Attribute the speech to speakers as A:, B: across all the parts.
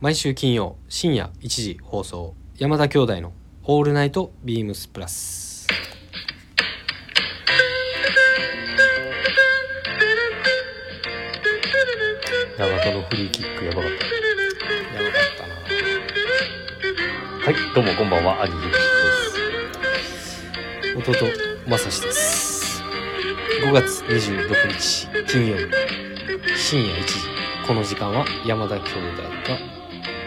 A: 毎週金曜深夜1時放送山田兄弟の「オールナイトビームスプラス」ヤマトのフリーキックやばかったやばかったな
B: はい、どうもこんばんは、兄ゆきです。
A: 弟まさしです5月26日金曜日深夜1時この時間は山田兄弟が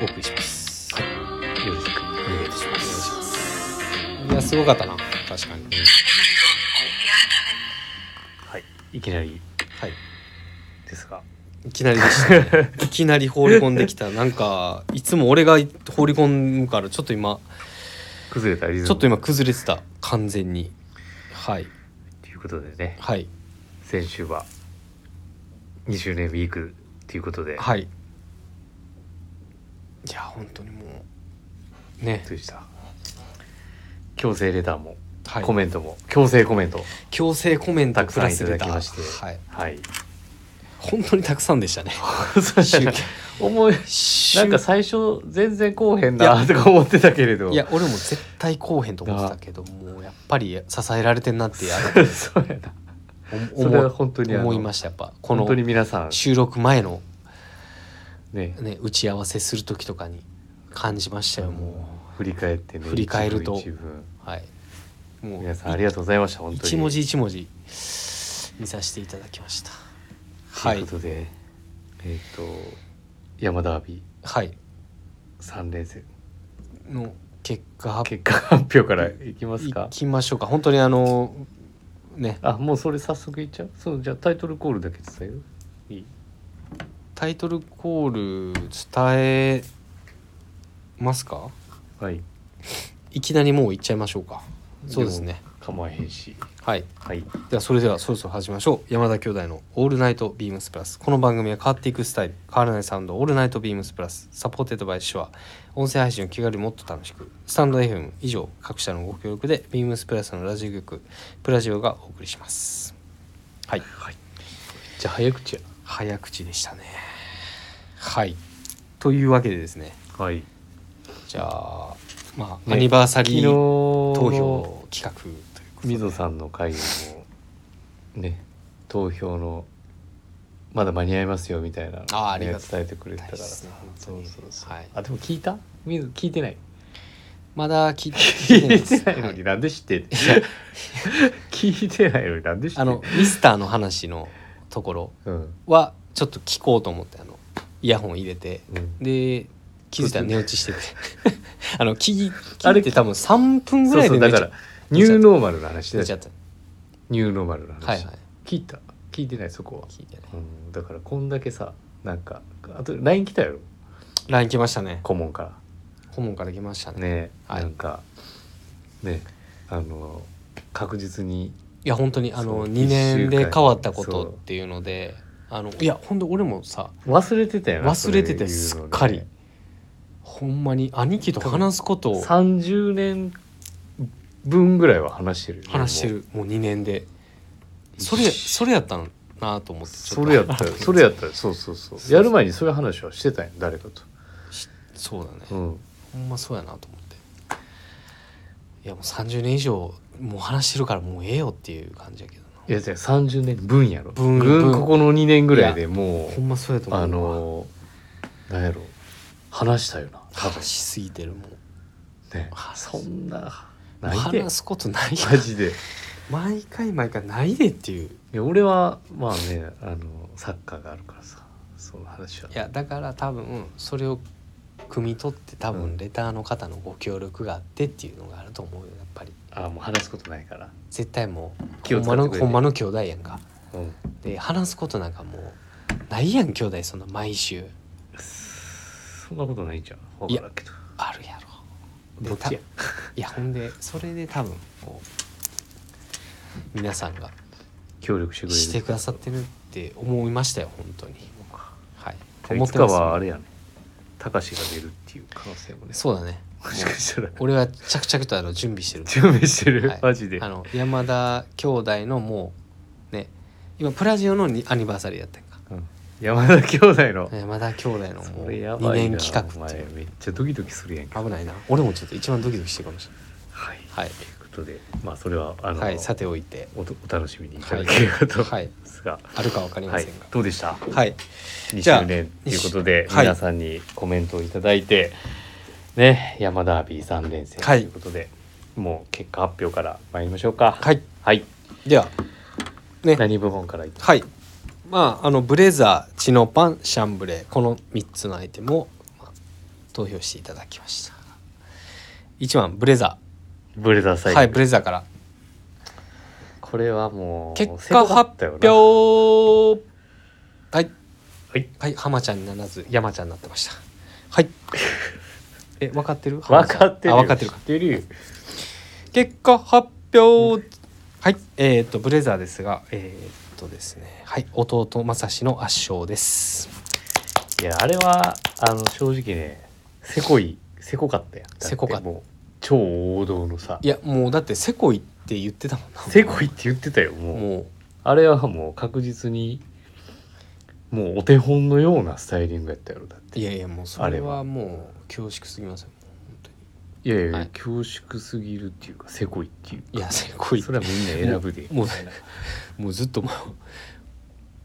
A: お送りします、はい、
B: よろしくお願いいたしま
A: お願いし
B: す。
A: ますいやすごかったな確かに、
B: はい、いきなり
A: はい
B: ですが、
A: いきなりで した、ね、いきなり放り込んできたなんかいつも俺が放り込むからちょっと今
B: 崩れたリズム。
A: ちょっと今崩れてた完全にはい
B: ということでね、
A: はい
B: 先週は2周年ウィークということで、
A: はいいや本当にもうね
B: どうでした強制レターも、
A: はい
B: コメントも、強制コメント、
A: 強制コメント
B: たく
A: プ
B: さ
A: ラ
B: んい
A: ス
B: た
A: レ
B: だ
A: タ
B: き
A: ー
B: まして、
A: はい、
B: はい。
A: 本当にたくさんでしたね
B: なんか 思い、なんか最初全然こうへんなとか思ってたけれど、
A: いや俺も絶対こうへんと思ってたけどもうやっぱり支えられてんなってやる
B: そうやな。
A: 思
B: それは本当にあの
A: 思いましたやっぱこ
B: 本
A: の
B: 当に皆さん
A: 収録前の、
B: ね、
A: ね、打ち合わせする時とかに感じましたよも
B: 振り返ってね
A: 振り返ると
B: 一文
A: うはいも
B: 皆さんありがとうございました本当に
A: 一文字一文字見させていただきましたは
B: とい
A: いう
B: ことでえっ、と山田アビ
A: はい
B: 三連戦
A: の結果発
B: 結果発表からいきま
A: 表
B: す
A: い
B: か
A: きましょうか本当にあのね
B: あもうそれ早速いっちゃうそうじゃあタイトルコールだけ伝えるいい
A: タイトルコール伝えますか
B: はい
A: いきなりもう行っちゃいましょうかそうですね
B: も構えへんし
A: はい
B: はい
A: ではそれではそろそろ始めましょう山田兄弟の「オールナイトビームスプラス」この番組は変わっていくスタイル変わらないサウンド「オールナイトビームスプラス」サポーテッドバイシュア音声配信を気軽にもっと楽しくスタンド FM 以上各社のご協力でビームスプラスのラジオ局プラジオがお送りしますはい、
B: じゃあ早口や
A: 早口でしたねはいというわけでですね
B: はい
A: じゃあまあ、
B: ね
A: アニバーサリー投
B: 投
A: 票企画ということで
B: 水野さんの会議もね投票のまだ間に合いますよみたいなのをね
A: あーありがとう
B: 伝えてくれたか
A: 大
B: ら
A: 事ですね本当にはい
B: あでも聞いた水聞いてない
A: まだ聞い
B: 聞
A: 聞いてない
B: い
A: です
B: てないの
A: は
B: に
A: い
B: なんで知ってん 聞いてないのになんで知って
A: あ
B: ん
A: のミスターの話のところ
B: うん
A: はちょっと聞こうと思ってあのイヤホン入れて
B: うん
A: で気づいたら寝落ちしてて あの聞い
B: あ
A: 聞
B: れ
A: いて多分3分ぐ
B: そ
A: ら
B: う
A: いで
B: そうだ
A: 寝
B: か
A: ちゃ
B: らニューノーマルの話
A: 寝
B: だ
A: ちゃった
B: ニューノーマルの話、
A: はいはい
B: 聞いた聞いてないそこは、
A: 聞いてね
B: うん、だからこんだけさなんかあと LINE 来たやろ
A: LINE 来ましたね
B: 顧問から。
A: 顧問から来ましたね
B: ね、
A: はい
B: なんかねあの確実に
A: いや本当にあの
B: そう
A: 2年
B: 一週
A: で
B: 間
A: 変わったこと
B: そう
A: っていうのであのいや本当俺もさ
B: 忘れてたよな
A: 忘れてて
B: そ
A: す
B: ういうの
A: っ
B: ね
A: かりほんまに兄貴と話すことを
B: 30年分ぐらいは話してるよね
A: 話して
B: もう
A: るもう2年でそれそれやったのなと思ってちょ
B: それ やったよ それやったよそうそうそう
A: そう
B: やる前にそういう話はしてたんよ誰か
A: そうだね、
B: と、うん、
A: ほんまそうやなと思っていやもう30年以上もう話してるからもうええよっていう感じやけどない
B: や違う30年分やろ
A: 分
B: ぐん
A: 分
B: ここの2年ぐらいでも
A: ほ
B: うん
A: まそうやと思う
B: あのなんやろ話したよな多分
A: 話しすぎてるも
B: ね
A: 話す
B: そんな
A: う
B: ないで
A: 話すことないや
B: マジで
A: 毎回毎回ないでっていう
B: いや俺はまあねあのサッカーがあるからさその話はい
A: やだから多分それを汲み取って多
B: う
A: 分
B: ん
A: レターの方のご協力があってっていうのがあると思うよやっぱり
B: あもう話すことないから、
A: 絶対もう
B: 気
A: ほ
B: を
A: ん
B: 使
A: ま
B: って
A: の
B: くれて
A: ほんまの兄弟やんか
B: うん、
A: で話すことなんかもうないやん兄弟そんな毎週
B: そんなことないじゃんほ
A: いや
B: らんけど
A: あるやろで
B: どっちや
A: いやほんでそれで多分こう皆さんが
B: 協力してくれる
A: してくださってるって思いましたよ本当にはい
B: じゃあいつか
A: ます
B: はあれやねたかしが出るっていう可能性もね
A: そうだね
B: もしかしたら
A: 俺は着々とあの準備 してる
B: 準備してる、
A: はい
B: マジで
A: あの山田兄弟のもうね今プラジオのにアニバーサリーやったんか
B: うん山田兄弟の
A: 山田兄弟のも
B: そうれや
A: 2
B: ばい
A: 年
B: な
A: 企画
B: お
A: ってい
B: 前
A: う
B: めっちゃドキドキするやんけ
A: 危ないな俺もちょっと一番ドキドキしてるかもしれ
B: はい、
A: はい
B: ということでまあそれはあの、
A: ないはいさておいて
B: おとお楽しみにいただければと思
A: はい
B: いますが、
A: あるかわかり
B: はい
A: ませんが
B: どうでした
A: はい
B: 2
A: じゃあ
B: 周年ということで、
A: はい
B: 皆さんにコメントをいただいて、ね、山ダービー3連戦と
A: はい
B: いうことで、もう結果発表から参りましょうか。
A: はい
B: はい、
A: ではね
B: 何部門からいっ
A: はいまああのブレザーチノパンシャンブレーこの3つのアイテムを、まあ投票していただきました1番ブレザ
B: ブレザーサイ
A: ー
B: クル、
A: はいブレザーから
B: これはもう
A: 結果
B: セブだっ
A: 発
B: たよな
A: 表はい
B: はい
A: はい浜ちゃんにならず山ちゃんになってましたはい え分かってる浜
B: 分
A: ちゃん
B: かってるよ
A: あ分かってるか
B: 知ってるよ
A: 結果発表はいえー、とブレザーですがえー、っとですねはい弟正志の圧勝です
B: いやあれはあの正直ねせこいせこかったやんだて
A: せこかった
B: もう超王道のさ
A: いやもうだってせこいって言ってたもんな
B: せこいって言ってたよもう
A: もう
B: あれはもう確実にもうお手本のようなスタイリングやったやろだって
A: いやいやもうそれ
B: あれ
A: は
B: は
A: もう恐縮すぎますよ本当に
B: いやいやいや、
A: はい
B: 恐縮すぎるっていうかせこいっていうか
A: いやせこい
B: それはみんな選ぶで
A: もうもうずっとも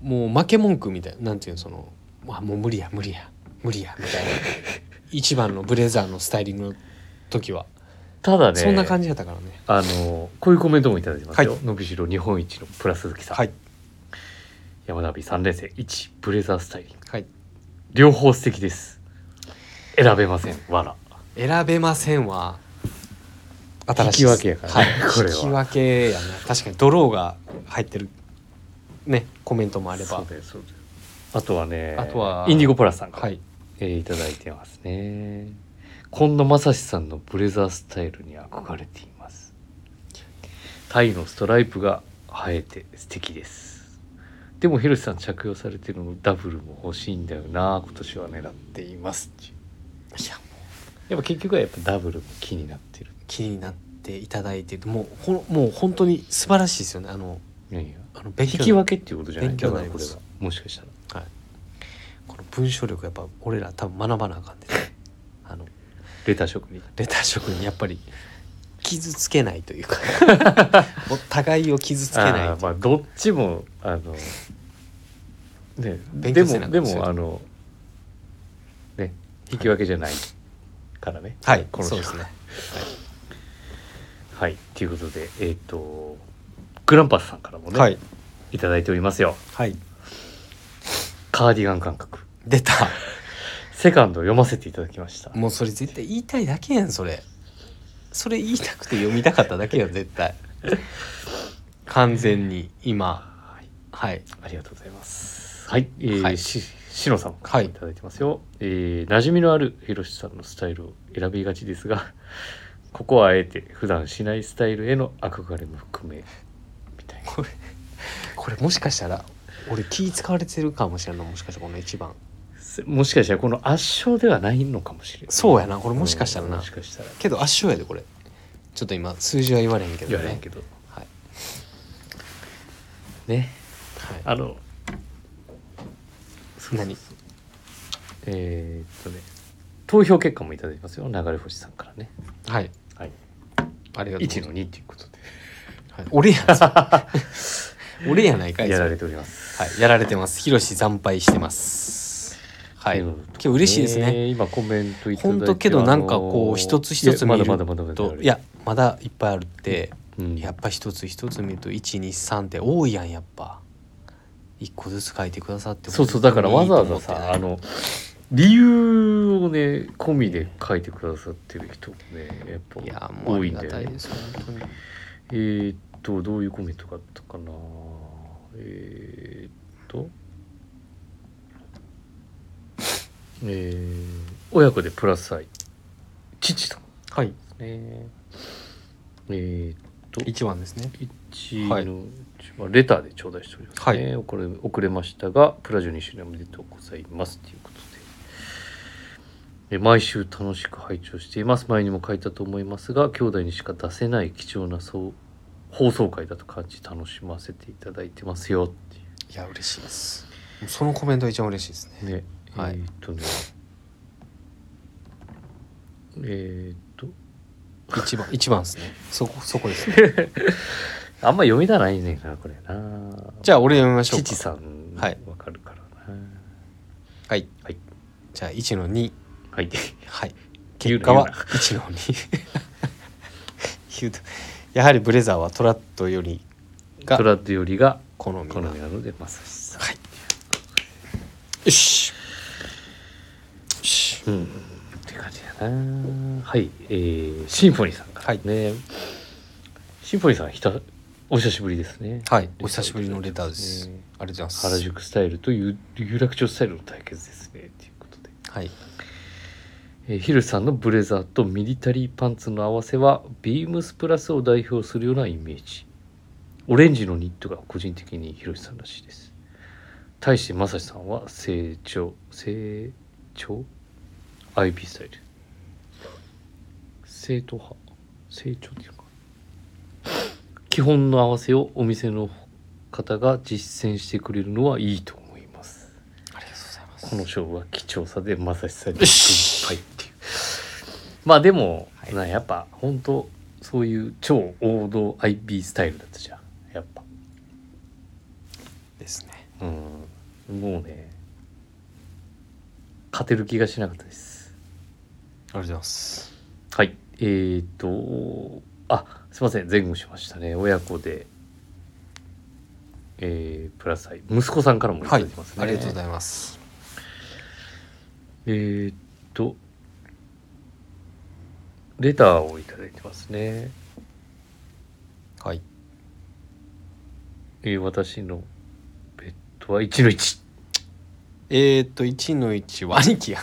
A: うもう負け文句みたいななんていうのそのあもう無理や無理や無理やみたいな一番のブレザーのスタイリングの時は、
B: ただね
A: そんな感じやったからね
B: あのこういうコメントもいただいてますよ、
A: はい
B: のびしろ日本一のプラス月さん、
A: はい
B: 山田美3連戦1ブレザースタイリング
A: はい
B: 両方素敵です選べませんわら
A: 選べませんは新しい
B: 引き分けやからね
A: はい、
B: これは
A: 引き分けやね確かにドローが入ってるねコメントもあれ
B: そ
A: ば
B: うだよそうだよあとはね
A: あとは
B: インディゴプラスさんから、
A: はい
B: えーいただいてますね今野正史さんのブレザースタイルに憧れていますタイのストライプが生えて素敵ですでもヒロシさん着用されてるのダブルも欲しいんだよな今年は狙っていますっていう
A: いやもう
B: やっぱ結局はやっぱダブルも気になってる
A: 気になっていただいててもうほんもう本当に素晴らしいですよねあの
B: いやいや
A: あの勉
B: 引
A: 強
B: き分けっていうことじゃない
A: 勉強になりま
B: これ
A: す
B: はもしかしたら
A: はい、この文章力やっぱ俺ら多分学ばなあかんで、 ね、あの
B: レター職人
A: レター職にやっぱり傷つけないと いうかお互いを傷つけない
B: あーまあどっちもあのね
A: 勉
B: で
A: 強せな
B: も
A: あ
B: で
A: かんですよ
B: もあのね引き分けじゃないからね
A: はい
B: この
A: そう
B: 人
A: ですね
B: はいということでえっ、とグランパスさんからもね、、
A: はいい
B: ただいておりますよ
A: はい
B: カーディガン感覚
A: 出た
B: セカンドを読ませていただきました
A: もうそれ絶対言いたいだけやんそれそれ言いたくて読みたかっただけやん絶対完全に今
B: はい
A: はい
B: ありがとうございますはい、えー
A: はい
B: ししのさんからもいただいてますよ、えー馴染みのあるひろしさんのスタイルを選びがちですが ここはあえて普段しないスタイルへの憧れも含めみたいな
A: これこれもしかしたら俺気使われてるかもしれんないもしかしたらこの一番
B: せもしかしたらこの圧勝ではないのかもしれない
A: そうやなこれもしかしたらな
B: うんもしかしたら
A: けど圧勝やでこれちょっと今数字は言われへんけどね
B: 言われんけど
A: はい、
B: ね
A: はい、
B: あの
A: 何
B: えーっとね投票結果もいただいてますよ流れ星さんからね
A: はい
B: はい
A: ありがとうござい
B: 1の
A: ま、
B: 2ということです
A: はい、俺やんそ れ俺やないかい
B: や
A: そ
B: ら
A: れ
B: れております
A: はい、やられてますヒロシ惨敗してますはい
B: うん
A: 今日嬉しいですね、
B: えー今コメントいただい
A: 本
B: て
A: 当けどなんかこ
B: あの
A: う
B: ー
A: 一つ一つ見
B: いや
A: る
B: まだまだまだま
A: と
B: だ
A: いやまだいっぱいあるって
B: うん
A: やっぱ一つ一つ見ると123って多いやんやっぱ一個ずつ書いてくださって
B: そうそうだからわざわざ
A: 本
B: さあ
A: 当にいいと思ってね
B: の理由をね込みで書いてくださってる人もねやっぱ
A: いやもうあ
B: 多い
A: り
B: ん
A: が
B: だよ
A: たい
B: ね
A: です本当に
B: えーっとどういうコメントがあったかなえーっ とえー親子でプラス愛父さんで
A: はい
B: すねえーっと
A: 一番ですね
B: 一の、まあレターで頂戴しておりますね、遅れ遅れましたがプラジオ2周年おめでとうございますということでえ毎週楽しく拝聴しています前にも書いたと思いますが兄弟にしか出せない貴重なそう放送回だと感じ楽しませていただいてますよっていう
A: いや嬉しいですそのコメントが一番嬉しいですね
B: ね、
A: はい
B: えーっとねえーっと
A: 一番一番ですねそこそこですね
B: あんま読みたないねんかなこれな
A: じゃあ俺読みましょうか
B: 父さんわ
A: はい
B: かるからな
A: はい
B: はい
A: じゃあ1の2
B: はい
A: はい
B: 言
A: 結
B: うな
A: 果は
B: 言うな
A: 1の2 言うとやはりブレザーはトラッドより
B: ト
A: が
B: ラッドよりが
A: 好み
B: 好
A: な
B: みなのでまさしさん
A: はいよしよし
B: うんって感じだなはいえー、シンフォニーさんからね、シンフォニーさんひたお久しぶりですね
A: はいお久しぶりのレターです
B: ね
A: ありがとうございます
B: 原宿スタイルと有有楽町スタイルの対決ですねということで、
A: はい
B: えー、ヒルさんのブレザーとミリタリーパンツの合わせはビームスプラスを代表するようなイメージオレンジのニットが個人的にヒロシさんらしいです対してまさしさんは成長成長 IB スタイル正統派成長っていうのかな基本の合わせをお店の方が実践してくれるのはいいと思います
A: ありがとうございます
B: この賞は貴重さでまさしさにいっ
A: よし
B: ぱいっていうまあでも、
A: はい
B: なやっぱ本当そういう超王道 IB スタイルだったじゃんやっぱ
A: ですね
B: うんもうね勝てる気がしなかったです
A: ありがとうございます
B: はいえー、とあすいません前後しましたね親子でえー、プラス愛息子さんからもいた
A: は
B: だ
A: い
B: きますね、
A: ありがとうご
B: ます
A: ざいます
B: えーっと、レターをいただいてますね。
A: はい
B: えー私のベッドは1の1。
A: えー、っと1の1は兄貴や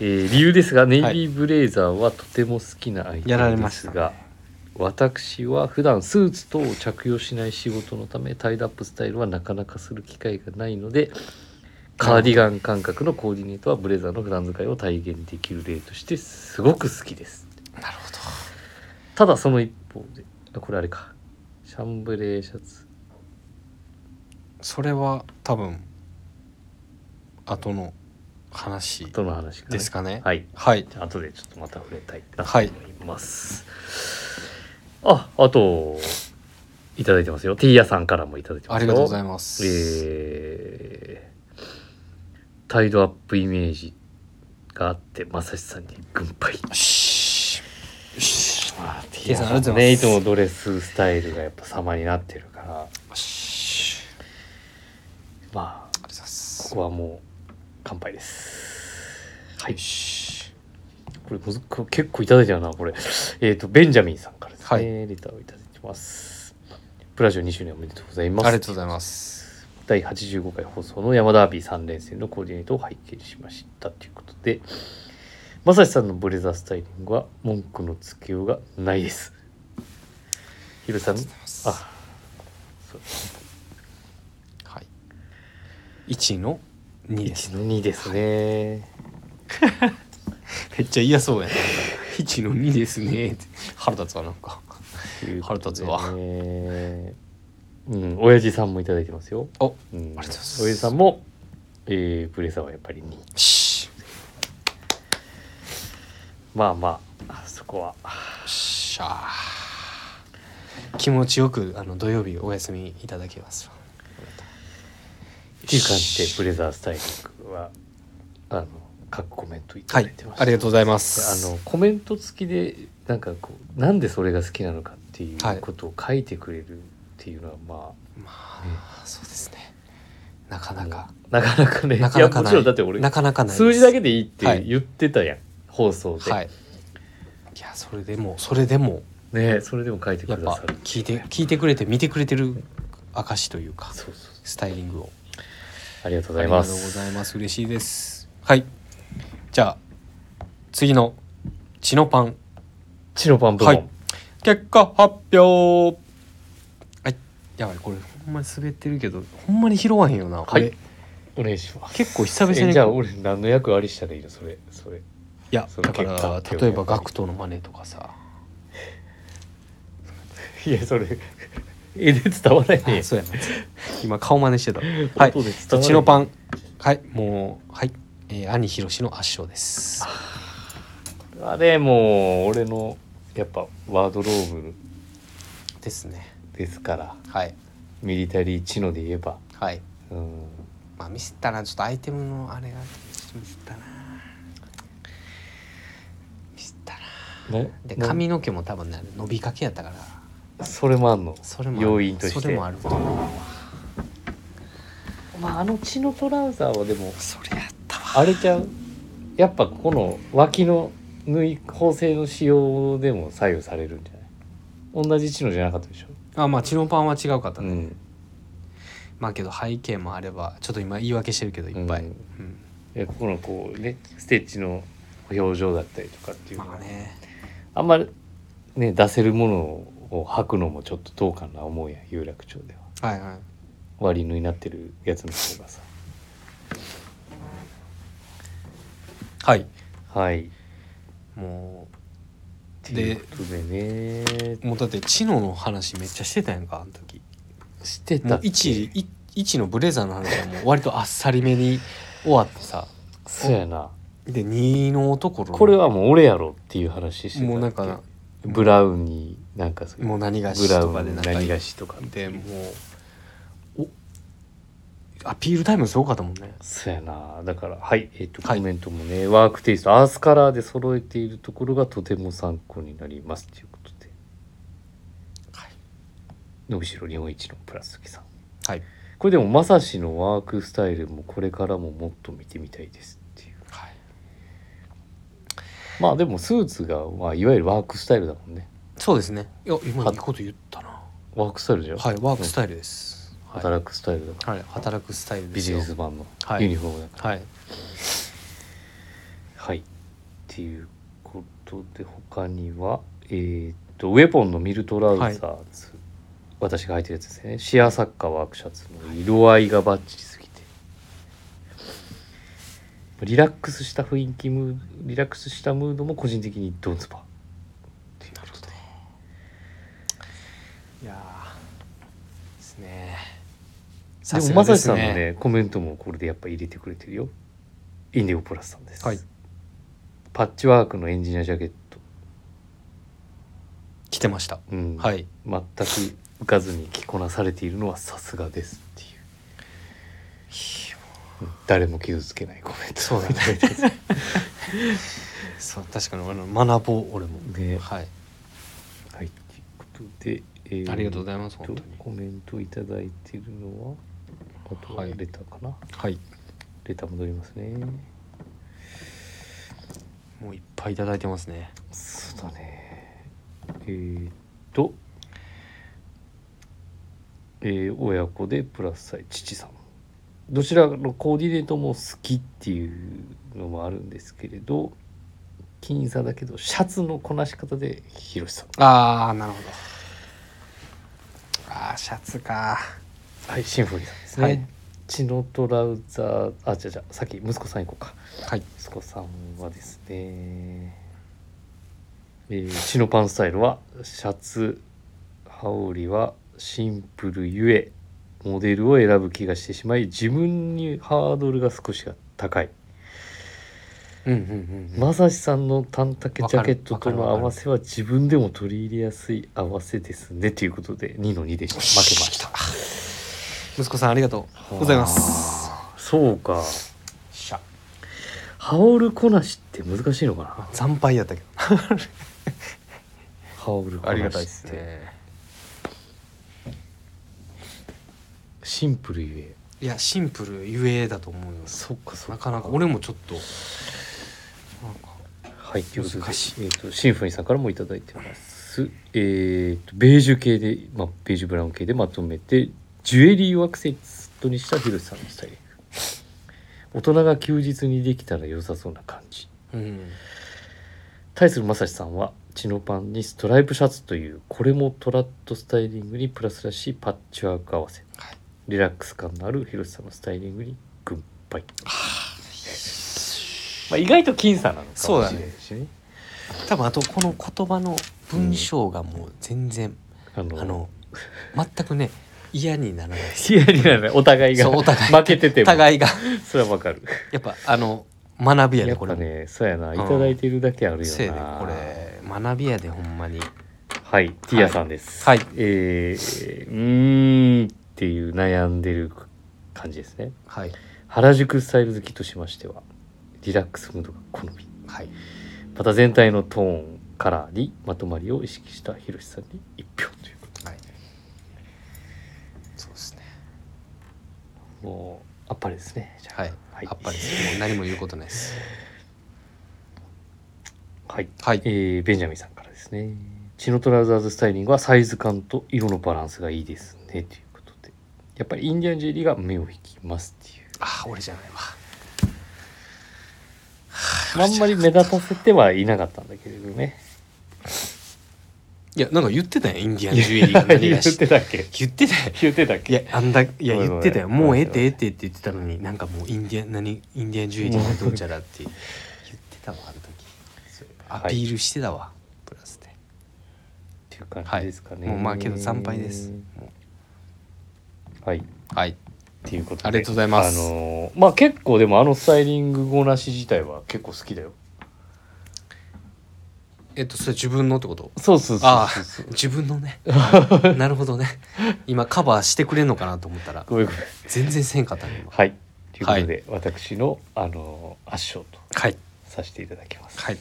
B: えー理由ですが、ネイビーブレイザーはとても好きなアイテ
A: やられ
B: ムで
A: まし
B: す
A: た
B: が、
A: ね
B: 私は普段スーツ等を着用しない仕事のため、タイドアップスタイルはなかなかする機会がないので、カーディガン感覚のコーディネートはブレザーの普段使いを体現できる例としてすごく好きです。
A: なるほど
B: ただその一方であこれあれかシャンブレーシャツ
A: それは多分後の話
B: との話が、
A: ですかね
B: はい
A: はい
B: じゃあ後でちょっとまた触れたいなと
A: は
B: 思
A: い
B: います、ああといただいてますよティーヤさんからもいただいて
A: あ
B: ますよ
A: りがとうございます、
B: えー、タイドアップイメージがあってまさしさんに軍配
A: よしよし
B: あテ
A: ィーヤさんありがとうございま
B: ねい
A: す
B: つもドレススタイルがやっぱ様になってるから
A: よし
B: まあ
A: ありがとうございま
B: こ
A: す
B: こはもう乾杯ですはい
A: よし
B: これむずこれ結構いただいたよなこれえっ、とベンジャミンさんからですね、
A: はい
B: レターをいただいてますプラジオ2周年おめでとうござい
A: あ
B: ます
A: りがとうございます
B: 第85回放送の山ダービー3連戦のコーディネートを拝見しましたということでまさしさんのブレザースタイリングは文句のつけようがないですひろさん
A: ありがとうございます
B: あそう
A: はい1の2です
B: 1の2ですね
A: めっちゃ嫌そうやな1の2ですねって腹立つわなんか腹
B: 腹
A: 立つわ
B: うん親父さんもいただいてますよ
A: およ
B: うん、
A: がとうございます
B: おじさんも、えー、ブレザーはやっぱり2
A: し
B: まあまああそこはあ
A: よっしゃー気持ちよくあの土曜日お休みいただけます
B: っていう感じでブレザースタイリングはあの各コメントいた
A: は
B: だい
A: い
B: てました、
A: ありがとうございま
B: あ
A: す
B: のコメント付きでなんかこうなんでそれが好きなのかってい
A: は
B: う
A: い
B: ことを書いてくれるっていうのはま
A: まあそうですねなか
B: あ
A: なか
B: なかなかね
A: なかな
B: や
A: か
B: も
A: な
B: ち
A: い
B: ろんだって俺
A: なかなかないです
B: 数字だけでいいっ
A: は
B: て
A: い
B: 言ってたやん、放送で、
A: はいいやそれでもそれでも
B: ねそれでも書いてく
A: やっ
B: だ
A: ぱ
B: さる
A: 聞いて聞いてくれて見てくれてる証というか
B: そうそうそう
A: スタイリングを
B: ありがとうご
A: あ
B: ざい
A: りが
B: ま
A: とうご
B: す
A: ざいます嬉しいですはいじゃあ次のチノパン
B: チノパン部門、
A: はい結果発表はいやばいこれほんまに滑ってるけどほんまに拾わへんよなこれ、
B: はいお願いします
A: 結構久々に
B: えじゃあ俺何の役ありしたらいいのそれそれ
A: いや
B: その
A: だか
B: 結果
A: ら
B: 発表
A: 例えばガクトのマネとかさ
B: いやそれ 絵で伝わらないね
A: あそうやな今顔真似 してたはい
B: 音で伝わらない
A: 土のパンはいもうはい、えー、兄ひろしの圧勝です
B: あれもう俺のやっぱワードローブ
A: ですね
B: ですから
A: はい
B: ミリタリー知能で言えば
A: はい
B: うん
A: まあミスったなちょっとアイテムのあれがちょっとミスったなミスったな
B: ね
A: で
B: な
A: 髪の毛も多分ね伸びかけやったから
B: それもあんの
A: それもある
B: 要因として
A: それもあると思う
B: まあ、あの血のトラウザーはでも
A: それやったわ
B: あれちゃうやっぱここの脇の縫い縫製の仕様でも左右されるんじゃない同じ知能じゃなかったでしょ、
A: あまあチノパンは違うかった
B: う
A: ね、
B: ん、
A: まあけど背景もあればちょっと今言い訳してるけどいっぱい、
B: うん
A: うん
B: でここのこうねステッチの表情だったりとかっていうの
A: ま
B: は
A: あね
B: あんまりね出せるものを履くのもちょっとどうかな思うやん有楽町では
A: はいはい
B: 割り縫いになってるやつの方がさ
A: はい
B: はい
A: も
B: ということでね
A: うもうだって知能の話めっちゃしてたやんかあの時
B: してた
A: も
B: っ
A: う
B: け
A: 一い一のブレザーの話はもう割とあっさりめに終わってさ
B: そうやな
A: で2の男の
B: これはもう俺やろっていう話してたっけ
A: もうなんか
B: ブラウンになんかそういう
A: もう何が
B: ブ
A: し
B: ラ
A: と
B: ウ
A: かで
B: ン
A: なんか
B: 何がしとか
A: でもうおアピールタイムすごかったもんね
B: そうやなだからはいえっ、と
A: はい
B: コメントもね、ワークテイストアースカラーで揃えているところがとても参考になりますということで
A: はい
B: 伸びしろ日本一のプラスきさん
A: はい
B: これでもまさしのワークスタイルもこれからももっと見てみたいですっていう
A: はい
B: まあでもスーツが、まあ、いわゆるワークスタイルだもんね
A: そうですねいや今いいこと言ったな
B: ワークスタイルじゃん、
A: はいワークスタイルです、
B: うん
A: はい
B: 働くスタイルだから
A: はい、働くスタイルで
B: ビ
A: す
B: ジ
A: よ
B: ネスマンの
A: はい
B: ユニフォームだから
A: はい
B: はい。っていうことで他にはえーっとウェポンのミルトラウザーズ、私が履いてるやつですねシアサッカーワークシャツの色合いがバッチリすぎてリラックスした雰囲気ムーリラックスしたムードも個人的にドンズバっていうことで
A: いやーですね
B: でもまさしさんのねコメントもこれでやっぱ入れてくれてるよインディオプラスさんです、
A: はい
B: パッチワークのエンジニアジャケット、
A: 来てました
B: うん、
A: はい
B: 全く浮かずに着こなされているのはさすがですっていう誰も傷つけないコメント
A: そうだねそう確かに俺の学ぼう俺も、
B: ね
A: はい
B: はいということで、えー
A: ありがとうございます
B: えっ
A: 本当に
B: コメントいただいているのはあとは
A: はい
B: レターかな、
A: はい
B: レター戻りますね
A: もういっぱいいただいてますね
B: そうだねえーっとえー親子でプラス歳父さんどちらのコーディネートも好きっていうのもあるんですけれど僅差だけどシャツのこなし方でヒロシさん
A: ああなるほどああシャツか
B: はいシンフォニーさんですね、
A: はい
B: 血のトラウザーあ違う違うさっき息子さん行こうか
A: はい
B: 息子さんはですね、えー、チノパンスタイルはシャツ羽織はシンプルゆえモデルを選ぶ気がしてしまい自分にハードルが少しが高い
A: うんうんうん、
B: まさしさんの短丈ジャケット
A: わか
B: と
A: るわ
B: の
A: かる
B: 合わせは自分でも取り入れやすい合わせですねということで2の2でした負けました
A: 息子さんありがとうございます
B: あーそうか
A: しゃ
B: 羽織こなしって難しいのかな
A: 惨敗やったけど
B: 羽織こなしってシンプルゆえ
A: いやシンプルゆえだと思うよ
B: そっかそっ
A: なかなか俺もちょっとなんか
B: はいということで、え
A: 難し
B: ー、とシンフォニーさんからもいただいてますえー、とベージュ系で、まあ、ベージュブラウン系でまとめてジュエリーをアクセントにしたヒロシさんのスタイリング大人が休日にできたら良さそうな感じ
A: うん
B: 対するまさしさんはチノパンにストライプシャツというこれもトラッドスタイリングにプラスらしいパッチワーク合わせ、
A: はい
B: リラックス感のあるヒロシさんのスタイリングに軍配まあ意外と僅差なのかもしれないしね
A: 多分あとこの言葉の文章がもう全然、
B: あの
A: あの全くね嫌にならないです
B: いやいやいやお互いが
A: そうお互い
B: 負けてても
A: 互いが
B: それはわかる
A: やっぱあの学びや
B: や
A: で
B: っ
A: こ
B: ぱ
A: れも
B: ねそうやないただいてるだけあるよ
A: せいで
B: な
A: これ学びやでほんまに
B: はいティアさんです
A: はい
B: えー、うーんっていう悩んでる感じですね
A: はい
B: 原宿スタイル好きとしましてはリラックスムードが好み
A: はい
B: また全体のトーンカラーにまとまりを意識したひろしさんに一票というこ
A: はいそうですね
B: ともうあっぱれですねじゃあ
A: はい
B: はい
A: あっぱれですもう何も言うことないです
B: はい
A: はい
B: えーベンジャミンさんからですね。血のトラウザーズスタイリングはサイズ感と色のバランスがいいですね。ということで。やっぱりインディアンジェリーが目を引きますっていう。
A: あー俺じゃないわ
B: あんまり目立たせてはいなかったんだけれどね。
A: いやなんか言ってたよインディアンジュエリー が何
B: 言
A: がし
B: ってたっけ
A: 言ってたよ
B: 言ってたっけ
A: いやあんだいや
B: ごめんごめ
A: 言
B: ん
A: ってたよもうええっ
B: ご
A: てえ
B: め
A: え
B: ん
A: ってええって言ってたのになんかもうインディアン何インディアンジュエリーがどうちゃらって言ってたわあの時そうアピールしてたわ、プラスで
B: っていう感
A: は
B: じ
A: い
B: ですかね。
A: もうまあけど惨敗ですも
B: はい。っ
A: うはい
B: ていうことで。
A: ありがとうございます
B: あのーまあ結構でもあのスタイリング語なし自体は結構好きだよ。
A: えっとそれ自分のってこと
B: そうそうそう
A: あ
B: そう
A: あ自分の ねなるほどね今カバーしてくれんのかなと思ったら
B: ごめんごめん。
A: 全然せんかったね今
B: はい。ということで、私の、あのー圧勝と
A: はい
B: させていただきます。
A: はい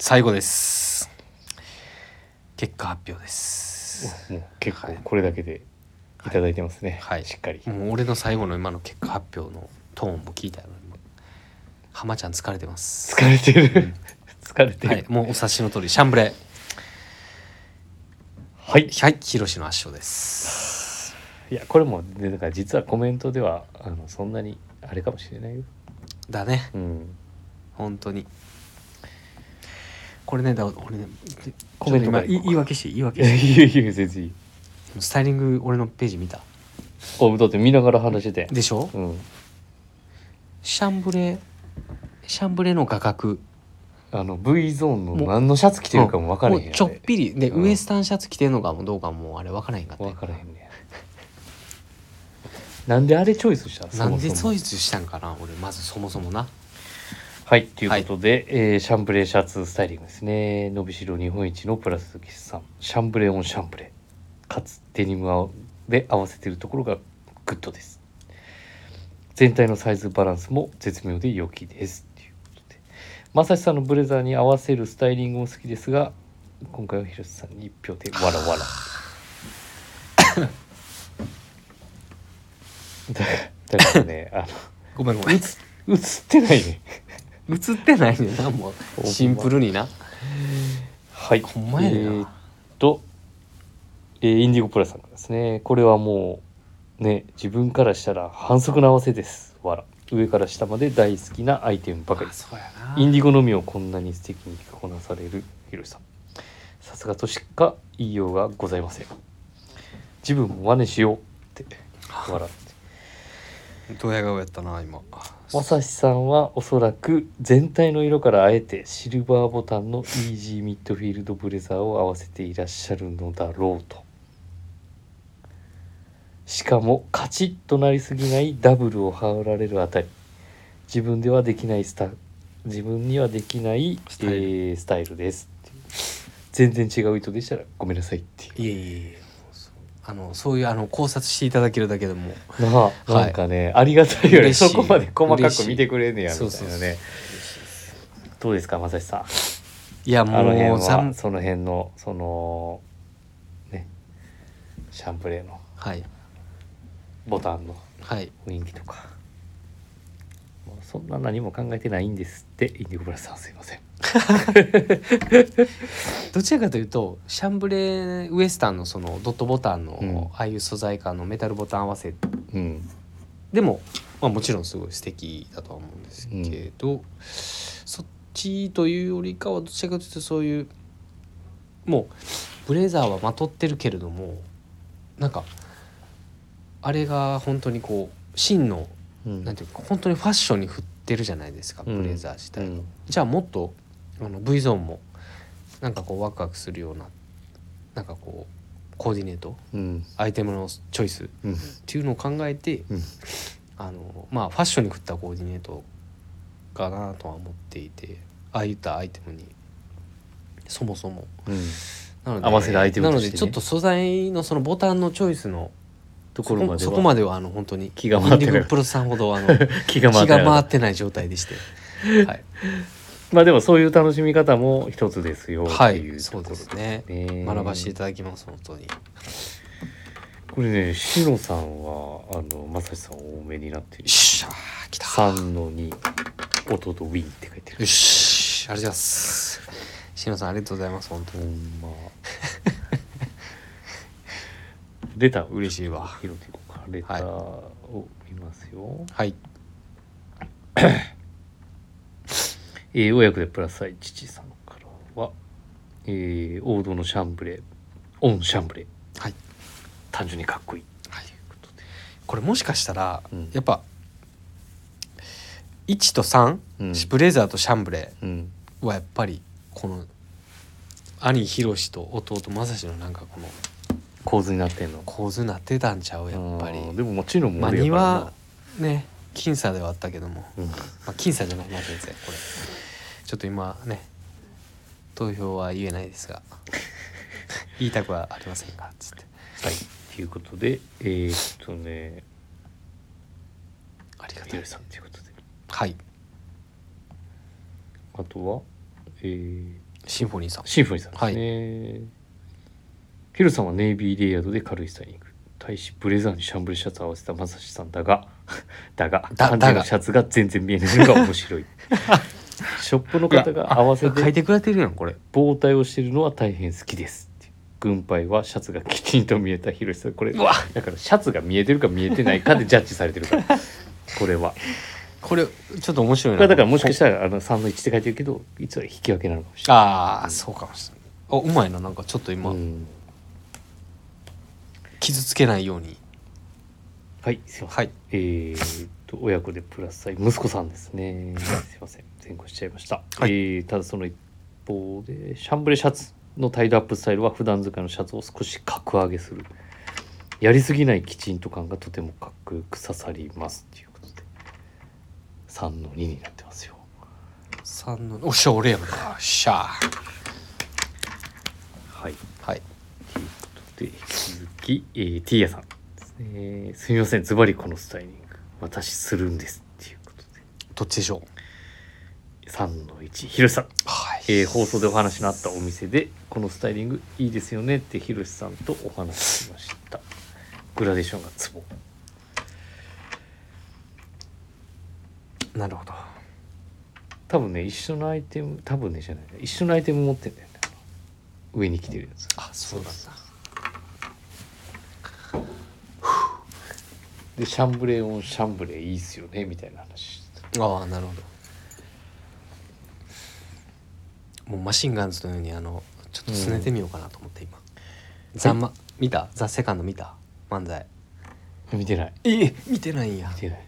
A: 最後です結果発表です
B: もう結構これだけでいただいてますね。
A: はい
B: しっかり。
A: もう俺の最後の今の結果発表のトーンも聞いたよ今浜ちゃん疲れてます
B: 疲れてる。疲れて
A: はい
B: る。
A: もうお察しの通りシャンブレ
B: はい。い、
A: はいヒロシの圧勝です
B: や、これも、ね、だから実はコメントでは、あの、そんなにあれかもしれないよ。
A: だね
B: うん。
A: 本当にこれねだ俺ね
B: コメン
A: ち
B: ト
A: ょっ
B: が
A: と今い言い訳していい言い
B: い
A: 訳
B: や
A: して
B: いやいや、全然いい。
A: スタイリング俺のページ見た
B: お、だって見ながら話してて。
A: でしょ
B: うん。
A: シャンブレシャンブレの画角
B: あの、V ゾーンの何のシャツ着てるかも分からへんや
A: も
B: ん
A: うちょっぴりで、
B: うん
A: ウエスタンシャツ着てんのかもどうかもあれ分からへんかった
B: 分からへんねん。なんであれチョイスした
A: なんで
B: そ
A: そ
B: も
A: いつしたんかな俺まずそもそもな
B: はい、ということで、えーシャンブレーシャツスタイリングですね。伸びしろ日本一のプラス鈴木さん。シャンブレーオンシャンブレー。かつデニムをで合わせているところがグッドです。全体のサイズバランスも絶妙で良きです。ということで。まさしさんのブレザーに合わせるスタイリングも好きですが、今回は広瀬さんに1票でわら わら。だだからね、あ
A: ごめんご
B: の、
A: め
B: 映
A: ん
B: っ映ってないね。
A: 映ってないねんなも
B: ほん
A: う
B: ま
A: シンプルにな
B: はい。
A: ほんまやな
B: えーっと、えーインディゴプラさんからですね。これはもう、ね、自分からしたら反則の合わせです。わら。上から下まで大好きなアイテムばかり
A: あ。そうやな
B: インディゴのみをこんなに素敵に着こなされるヒロシさん。さすがとしか言いようがございません。自分も真似しようって、笑って。
A: ドヤ顔やったな今
B: まさしさんはおそらく全体の色からあえてシルバーボタンのイージーミッドフィールドブレザーを合わせていらっしゃるのだろうとしかもカチッとなりすぎないダブルを羽織られるあたり自分ではできないスタ自分にはできない
A: スタイル
B: えースタイルですっていう全然違う意図でしたらごめんなさいっていう
A: いえいえいえあのそういうあの考察していただけるだけでも
B: なあ
A: はい
B: なんかね、ありがたいよね
A: 嬉しい
B: そこまで細か
A: 嬉し
B: く
A: い
B: 見てくれんねやみたい
A: そう
B: なね
A: そうそう
B: どうですかまさしさん
A: いや
B: あの辺
A: もう
B: は
A: 残
B: その辺のそのねシャンプレーの
A: はい
B: ボタンの
A: はい
B: 雰囲気とかもうそんな何も考えてないんですってインディゴブラスさんすいません
A: どちらかというとシャンブレーウエスタンのそのドットボタンの、
B: うん
A: ああいう素材感のメタルボタン合わせ
B: うん
A: でも、まあ、もちろんすごい素敵だとは思うんですけど、そっちというよりかはどちらかというとそういうもうブレザーはまとってるけれどもなんかあれが本当にこう真の
B: うん
A: なんていうか本当にファッションに振ってるじゃないですか、
B: うん
A: ブレザー自体、
B: うん
A: じゃあもっとあの V ゾーンもなんかこうワクワクするようななんかこうコーディネート
B: うん
A: アイテムのチョイスっ
B: うん
A: ていうのを考えて
B: うん
A: あのまあファッションに振ったコーディネートかなとは思っていてああいったアイテムにそもそも
B: うん
A: なので
B: 合わせるアイテム
A: な
B: と
A: の
B: してね
A: でちょっと素材のそのボタンのチョイスの
B: ところまで
A: そ
B: は
A: こまではあの本当に
B: 気が回ってなかった
A: インディゴプロさんほどあの気
B: 気が
A: が
B: 回ってなか
A: 回
B: っ
A: ってない状態でして、 はい、
B: たまあでもそういう楽しみ方も一つですよ
A: は
B: っていう
A: い、
B: と
A: そ
B: こ
A: う
B: ろ
A: ですね。
B: ね
A: 学ばせていただきます、本当に。
B: これねシロさんはあのまさしさん多めになってる
A: よしゃー、来た。
B: 3の2音とウィンって書いて
A: よ
B: る
A: し、ありがとうございます。しのさん、ありがとうございます、本当
B: ほ
A: に。
B: んま レター嬉しい
A: 嬉
B: わ
A: しいわ
B: 拾っていこうかレターを見ますよ、
A: はい、
B: えー親子でプラス愛父さんからは、えー王道のシャンブレオンシャンブレ
A: はい、
B: 単純にかっこいい
A: はい。これもしかしたら、
B: うん
A: やっぱ。1と3、
B: うん
A: ブレザーとシャンブレ
B: うん
A: はやっぱりこの兄ひろしと弟正志のなんかこの
B: 構図になってんの
A: 構図なってたんちゃうやっぱり
B: あーでももちろん
A: まあ
B: 俺やからな
A: 庭ね僅差ではあったけども
B: うん
A: まあ、僅差じゃないな全然これちょっと今ね投票は言えないです が言いたくはありませんがつって
B: はい、ということで、えー、っとね、
A: ありがた
B: ひろ
A: い
B: しさんということで、
A: はい
B: あとは、えー、
A: シンフォニーさん
B: シンフォニーさんですね。ヒロさんはネイビーレイヤードで軽いスタイリング。対し、ブレザーにシャンブルシャツを合わせたまさしさんだが、 だが、
A: だ
B: 感
A: だ
B: じ
A: が
B: のシャツが全然見えないのが 面白い。ショップの方が合わせ
A: 書い
B: て
A: てくれてるやんこれ
B: 包帯をしているのは大変好きですって。軍配はシャツがきちんと見えたヒロシさん。これ、
A: うわ
B: だからシャツが見えてるか見えてないかでジャッジされてるから。これは。
A: これちょっと面白い
B: こ
A: な
B: れだからもしかしたらあの3の1って書いてるけど実は引き分けなのかもしれない
A: ああそうかもしれないあうまいななんかちょっと今、
B: うん
A: 傷つけないように
B: はいすいません、
A: はい
B: えーっと親子でプラス愛息子さんですねすいません前後しちゃいました、
A: はい
B: えーただその一方でシャンブレシャツのタイドアップスタイルは普段使いのシャツを少し格上げするやりすぎないきちんと感がとてもかっこよく刺さりますということで3の2になってますよ
A: 3のおっしゃ俺やんかよっしゃ
B: はい
A: はい
B: ということで引き続き、えー、ティーヤさんですね、えーすみませんズバリこのスタイリング私するんですっていうこと
A: どっちでしょう
B: で3の1ひろしさん、
A: はい
B: えー放送でお話のあったお店でこのスタイリングいいですよねってひろしさんとお話ししましたグラデーションがツボ
A: なるほど
B: 多分ね一緒のアイテム多分ねじゃない一緒のアイテム持ってんだよね上に着てるやつ
A: あそうなんだ
B: でシャンブレーオンシャンブレーいいっすよねみたいな話してた
A: ああなるほどもうマシンガンズのようにあのちょっと拗ねてみようかなと思って今、ザ・マ見たザ・セカンド見た漫才
B: 見てない
A: ええ見てないんや
B: 見てない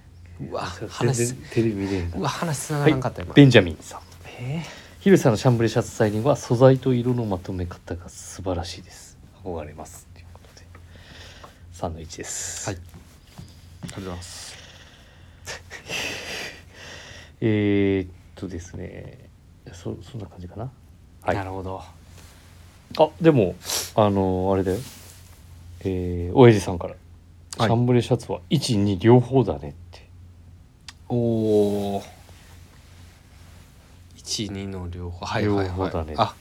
B: う
A: わ
B: 全
A: 話
B: 然
A: す
B: テレビ見てんだ
A: うわ話つなが
B: は
A: らんかった
B: い
A: 今、
B: ベンジャミンさん
A: え
B: ヒルさんのシャンブレーシャツスタイリングは素材と色のまとめ方が素晴らしいです。憧れます。ということで。3の1です。
A: はい。ありがとうございます
B: えー、っとですね。そ、そんな感じかな。はい。
A: なるほど
B: あ、でも、あのあれだよ。えー、親父さんから。
A: はい
B: シャンブレーシャツは1、2両方だねって。
A: おお12の両方はいはい
B: 両方
A: はい
B: だねって。
A: あ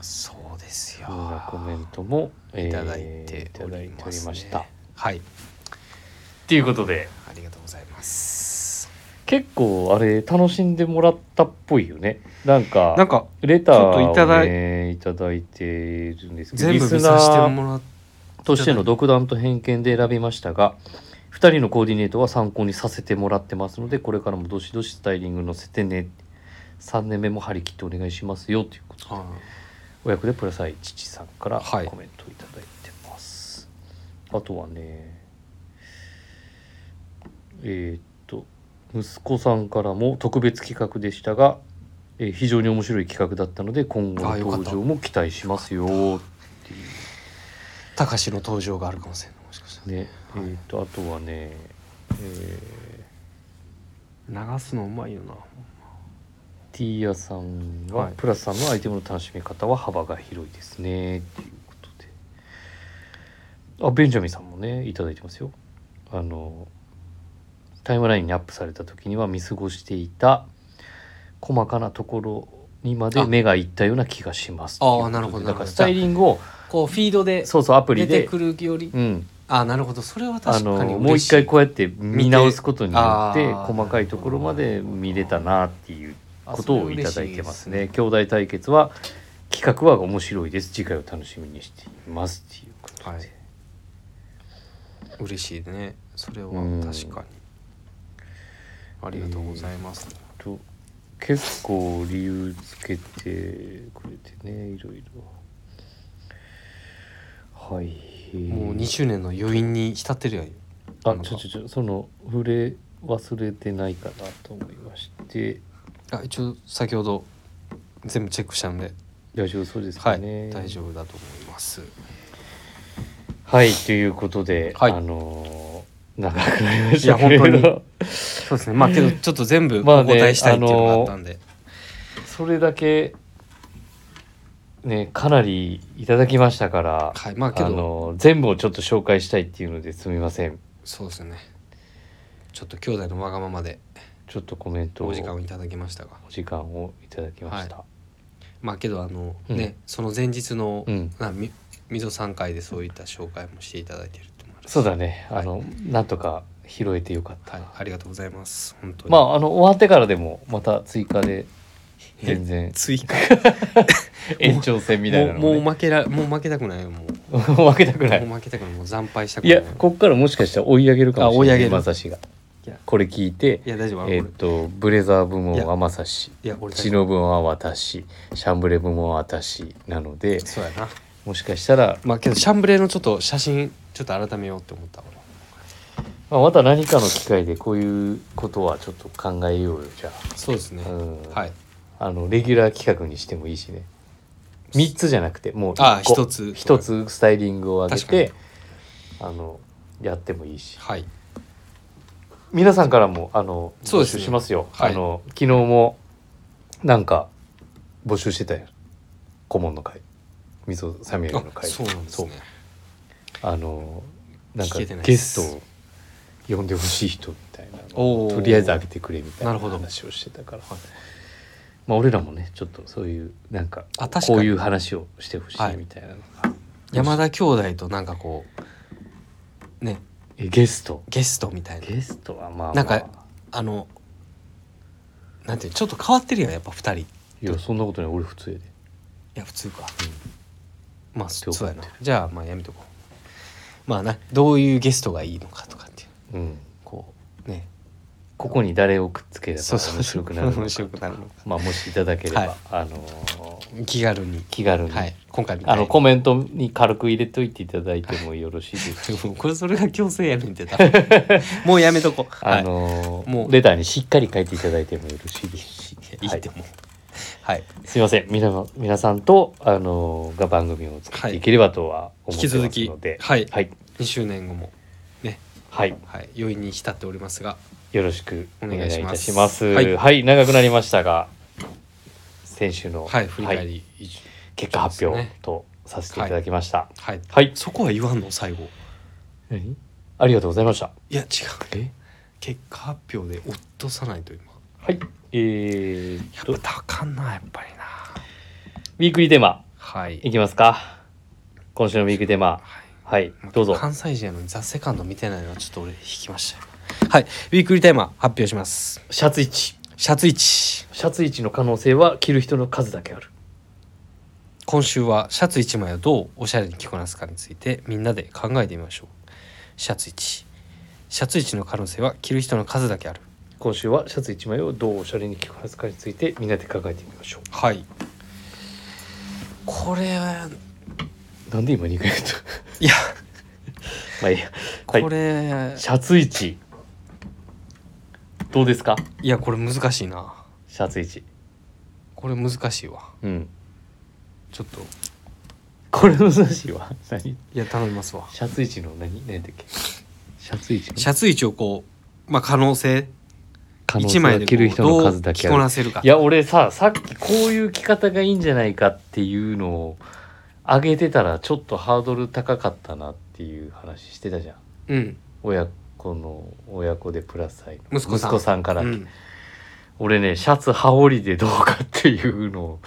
A: そうですよ
B: こんなコメントも、えー
A: いただいて
B: いた
A: お
B: だい
A: り
B: てお
A: ま
B: り
A: す、ね、
B: ました。
A: はい
B: ということで、
A: ありがとうございます
B: 結構あれ、楽しんでもらったっぽいよね。なんか。
A: なんか
B: レター
A: ちょっと
B: を
A: いただい
B: ねいただいてるんですけど
A: 全
B: リ
A: 部
B: ス
A: 見
B: ナ
A: させて
B: ー
A: もらっ
B: としての独断と偏見で選びましたが2人のコーディネートは参考にさせてもらってますのでこれからもどしどしスタイリング載せてね3年目も張り切ってお願いしますよということ
A: た、
B: お役でプラス愛父さんからコ
A: はい
B: メントをいただいてます、あとはねえーっと息子さんからも特別企画でしたが、えー非常に面白い企画だったので今後
A: あよ
B: の
A: かっ
B: 登
A: た
B: 場も期待しますよっていう
A: たかしの登場があるかもしれないもしかした
B: ねえー、とあとはねえ
A: ら流すのうまいよな
B: ー、ティーヤさんは、
A: はい
B: プラスさんのアイテムの楽しみ方は幅が広いですねっていうことであベンジャミンさんもねいただいてますよあのタイムラインにアップされた時には見過ごしていた細かなところにまで目がいったような気がします
A: あ
B: って
A: な
B: いうことで
A: るほど
B: だ
A: なるほ
B: から
A: ど
B: スタイリングを
A: こうフィードで
B: そうそうアプリ
A: 出て
B: で
A: くるより
B: うん
A: あなるほどそれは
B: あ
A: 確
B: の
A: かに
B: もう一回こうやって見直すことによって
A: 見てあー
B: 細かいところまで見れたなっていうことをいただいてますね兄弟対決は企画は面白いです次回を楽しみにしていますっていうことで、
A: はい嬉しいねそれは
B: うん
A: 確かにありがとうございます、
B: と結構理由つけてくれてねいろいろはい
A: もう2周年の余韻に浸ってるやん
B: あちょちょちょその触れ忘れてないかなと思いまして
A: あ一応先ほど全部チェックしたので、
B: 大丈夫そうです
A: は
B: か
A: い
B: ね、
A: 大丈夫だと思います
B: はい、ということで、
A: はい
B: あのー長くなりました
A: いや
B: けれど
A: 本当にそうですねまあけどちょっと全部お
B: まあね
A: 答えしたいっていうのがあったんで、
B: それだけ、ね、かなりいただきましたから、
A: はいまあけ
B: あ
A: ど、
B: のー全部をちょっと紹介したいっていうのですみません。
A: そうですねちょっと兄弟のわがままで
B: ちょっとコメントを
A: お時間をいただきましたが
B: お時間をいただきました。
A: まあけどあの、
B: うん
A: ねその前日の、
B: うん
A: なみ溝さん会でそういった紹介もしていただいていると思います
B: そうだね、あの、なんとか拾えてよかっ
A: は
B: た。
A: いありがとうございます本当に
B: まあ、あの、終わってからでも、また追加で、全然
A: 追加
B: 延長戦みたいなの
A: もう
B: も、ね、
A: もう負けらもう負けたくないよもう
B: もう負けたくない。
A: もう負けたくないもう惨敗したく
B: い
A: ない
B: や、こっからもしかしたら追い上げるかもしれ
A: あ追い
B: な
A: 上げ
B: い、
A: る
B: まさしが
A: いや。
B: これ聞いて、
A: いや大丈夫あの
B: えーっと、ブレザー部門はまさし、
A: いや俺
B: チノ部門は私、シャンブレ部門は私なので、
A: そうやな
B: もしかしたら、
A: まあけどシャンブレーのちょっと写真ちょっと改めようって思った俺
B: まあ、また何かの機会でこういうことはちょっと考えようよ、じゃ
A: そうですね
B: あ。うん
A: はい
B: あの、レギュラー企画にしてもいいしね。3つじゃなくて、もう
A: あ
B: 一個
A: 一つ
B: 一つスタイリングを上げて
A: 確、
B: あの、やってもいいし。
A: はい
B: 皆さんからもあの
A: そう
B: 募
A: です
B: 集
A: ね
B: しますよ。
A: はい
B: あの昨日もなんか募集してたよ。顧問の会、みそサミュエルの
A: あ
B: 会。
A: そうなんですね
B: そうあのなんか
A: 聞けてない
B: ゲ
A: で
B: ス
A: す
B: トを呼んでほしい人みたいなの
A: お
B: を
A: ー
B: とりあえずあげてくれみたい
A: な
B: な
A: るほど
B: 話をしてたから。まあ俺らもねちょっとそういうなんか
A: あ確か
B: こ
A: に
B: ういう話をしてほし
A: はい
B: いみたいなのが、
A: 山田兄弟となんかこうね
B: えゲスト
A: ゲストみたいな
B: ゲストはまあ、まあ、
A: なんかあのなんていうのちょっと変わってるやんやっぱ二人い
B: いやそんなことない俺普通やで。
A: や普通か、まあ
B: って
A: そ
B: 思って
A: そう
B: る
A: やなじゃあまあやめとこうまあなどういうゲストがいいのかとかっていう
B: うん
A: こうね
B: ここに誰をくっつければ
A: そうそう
B: 面白くなるのか
A: 面白くなるのか
B: まあもしいただければ、
A: はい
B: あのー
A: 気軽に
B: 気軽に、
A: はい今回みたい
B: あ
A: に
B: のコメントに軽く入れといていただいてもよろしいです か、
A: もうこれそれが強制やねんって多分 もうやめとこう
B: あのー
A: もう
B: レターにしっかり書いていただいてもよろしいですし、
A: はい、いいって
B: は
A: もうはい、
B: いすいません皆の皆さんと、あのーが番組を作っていければとは思
A: 引
B: っ
A: き
B: て
A: 続
B: ま
A: き
B: すので、
A: はい
B: はい
A: 2周年後もね
B: はい
A: はい余韻に浸っておりますが
B: よろしくお願いいたします
A: お願いしますは
B: はいい、長くなりましたが先週の、
A: はい振り返り、
B: はい
A: 以上
B: 結果発表
A: そうですね
B: とさせていただきました、
A: はい、
B: はい
A: そこは言わんの最後
B: 何ありがとうございました。
A: いや違う
B: え
A: 結果発表で落とさないと今
B: はい。えー、っと、ウ
A: やっぱ高んなやっぱりな
B: ィークリーテーマ、
A: はい
B: いきますか。今週のウィークリーテーマ、
A: はい
B: はい、どうぞ。
A: 関西人やのに「ザ・セカンド見てないのはちょっと俺引きましたよはいウィークリーテーマ発表します
B: シャツ1。
A: シャツ1
B: シャツ1の可能性は着る人の数だけある。
A: 今週はシャツ1枚をどうおしゃれに着こなすかについてみんなで考えてみましょうシャツ1シャツ1の可能性は着る人の数だけある
B: 今週はシャツ1枚をどうおしゃれに着こなすかについてみんなで考えてみましょ
A: はいこれは
B: う。なんで今2回言った
A: いや
B: まあいいや。は
A: こ
B: い。
A: れ、
B: シャツ1。どうですか
A: いやこれ難しいな
B: シャツ1。
A: これ難しいわ
B: うん。
A: ちょっと
B: これの写真は何
A: いや頼みますわ
B: シャツ位置の何何だっけシャツ位置の
A: シャツ一をこうまあ可能性
B: 可能
A: 一
B: 性は
A: 枚でこ
B: 着る
A: う
B: 人の
A: ど
B: 数
A: う
B: だ
A: 着
B: け
A: こ
B: あ
A: な
B: る
A: せるか
B: いや俺ささっきこういう着方がいいんじゃないかっていうのを上げてたらちょっとハードル高かったなっていう話してたじゃん
A: うん
B: 親子の親子でプラス愛の
A: 息子さん
B: から、
A: うん
B: 俺ねシャツ羽織でどうかっていうのを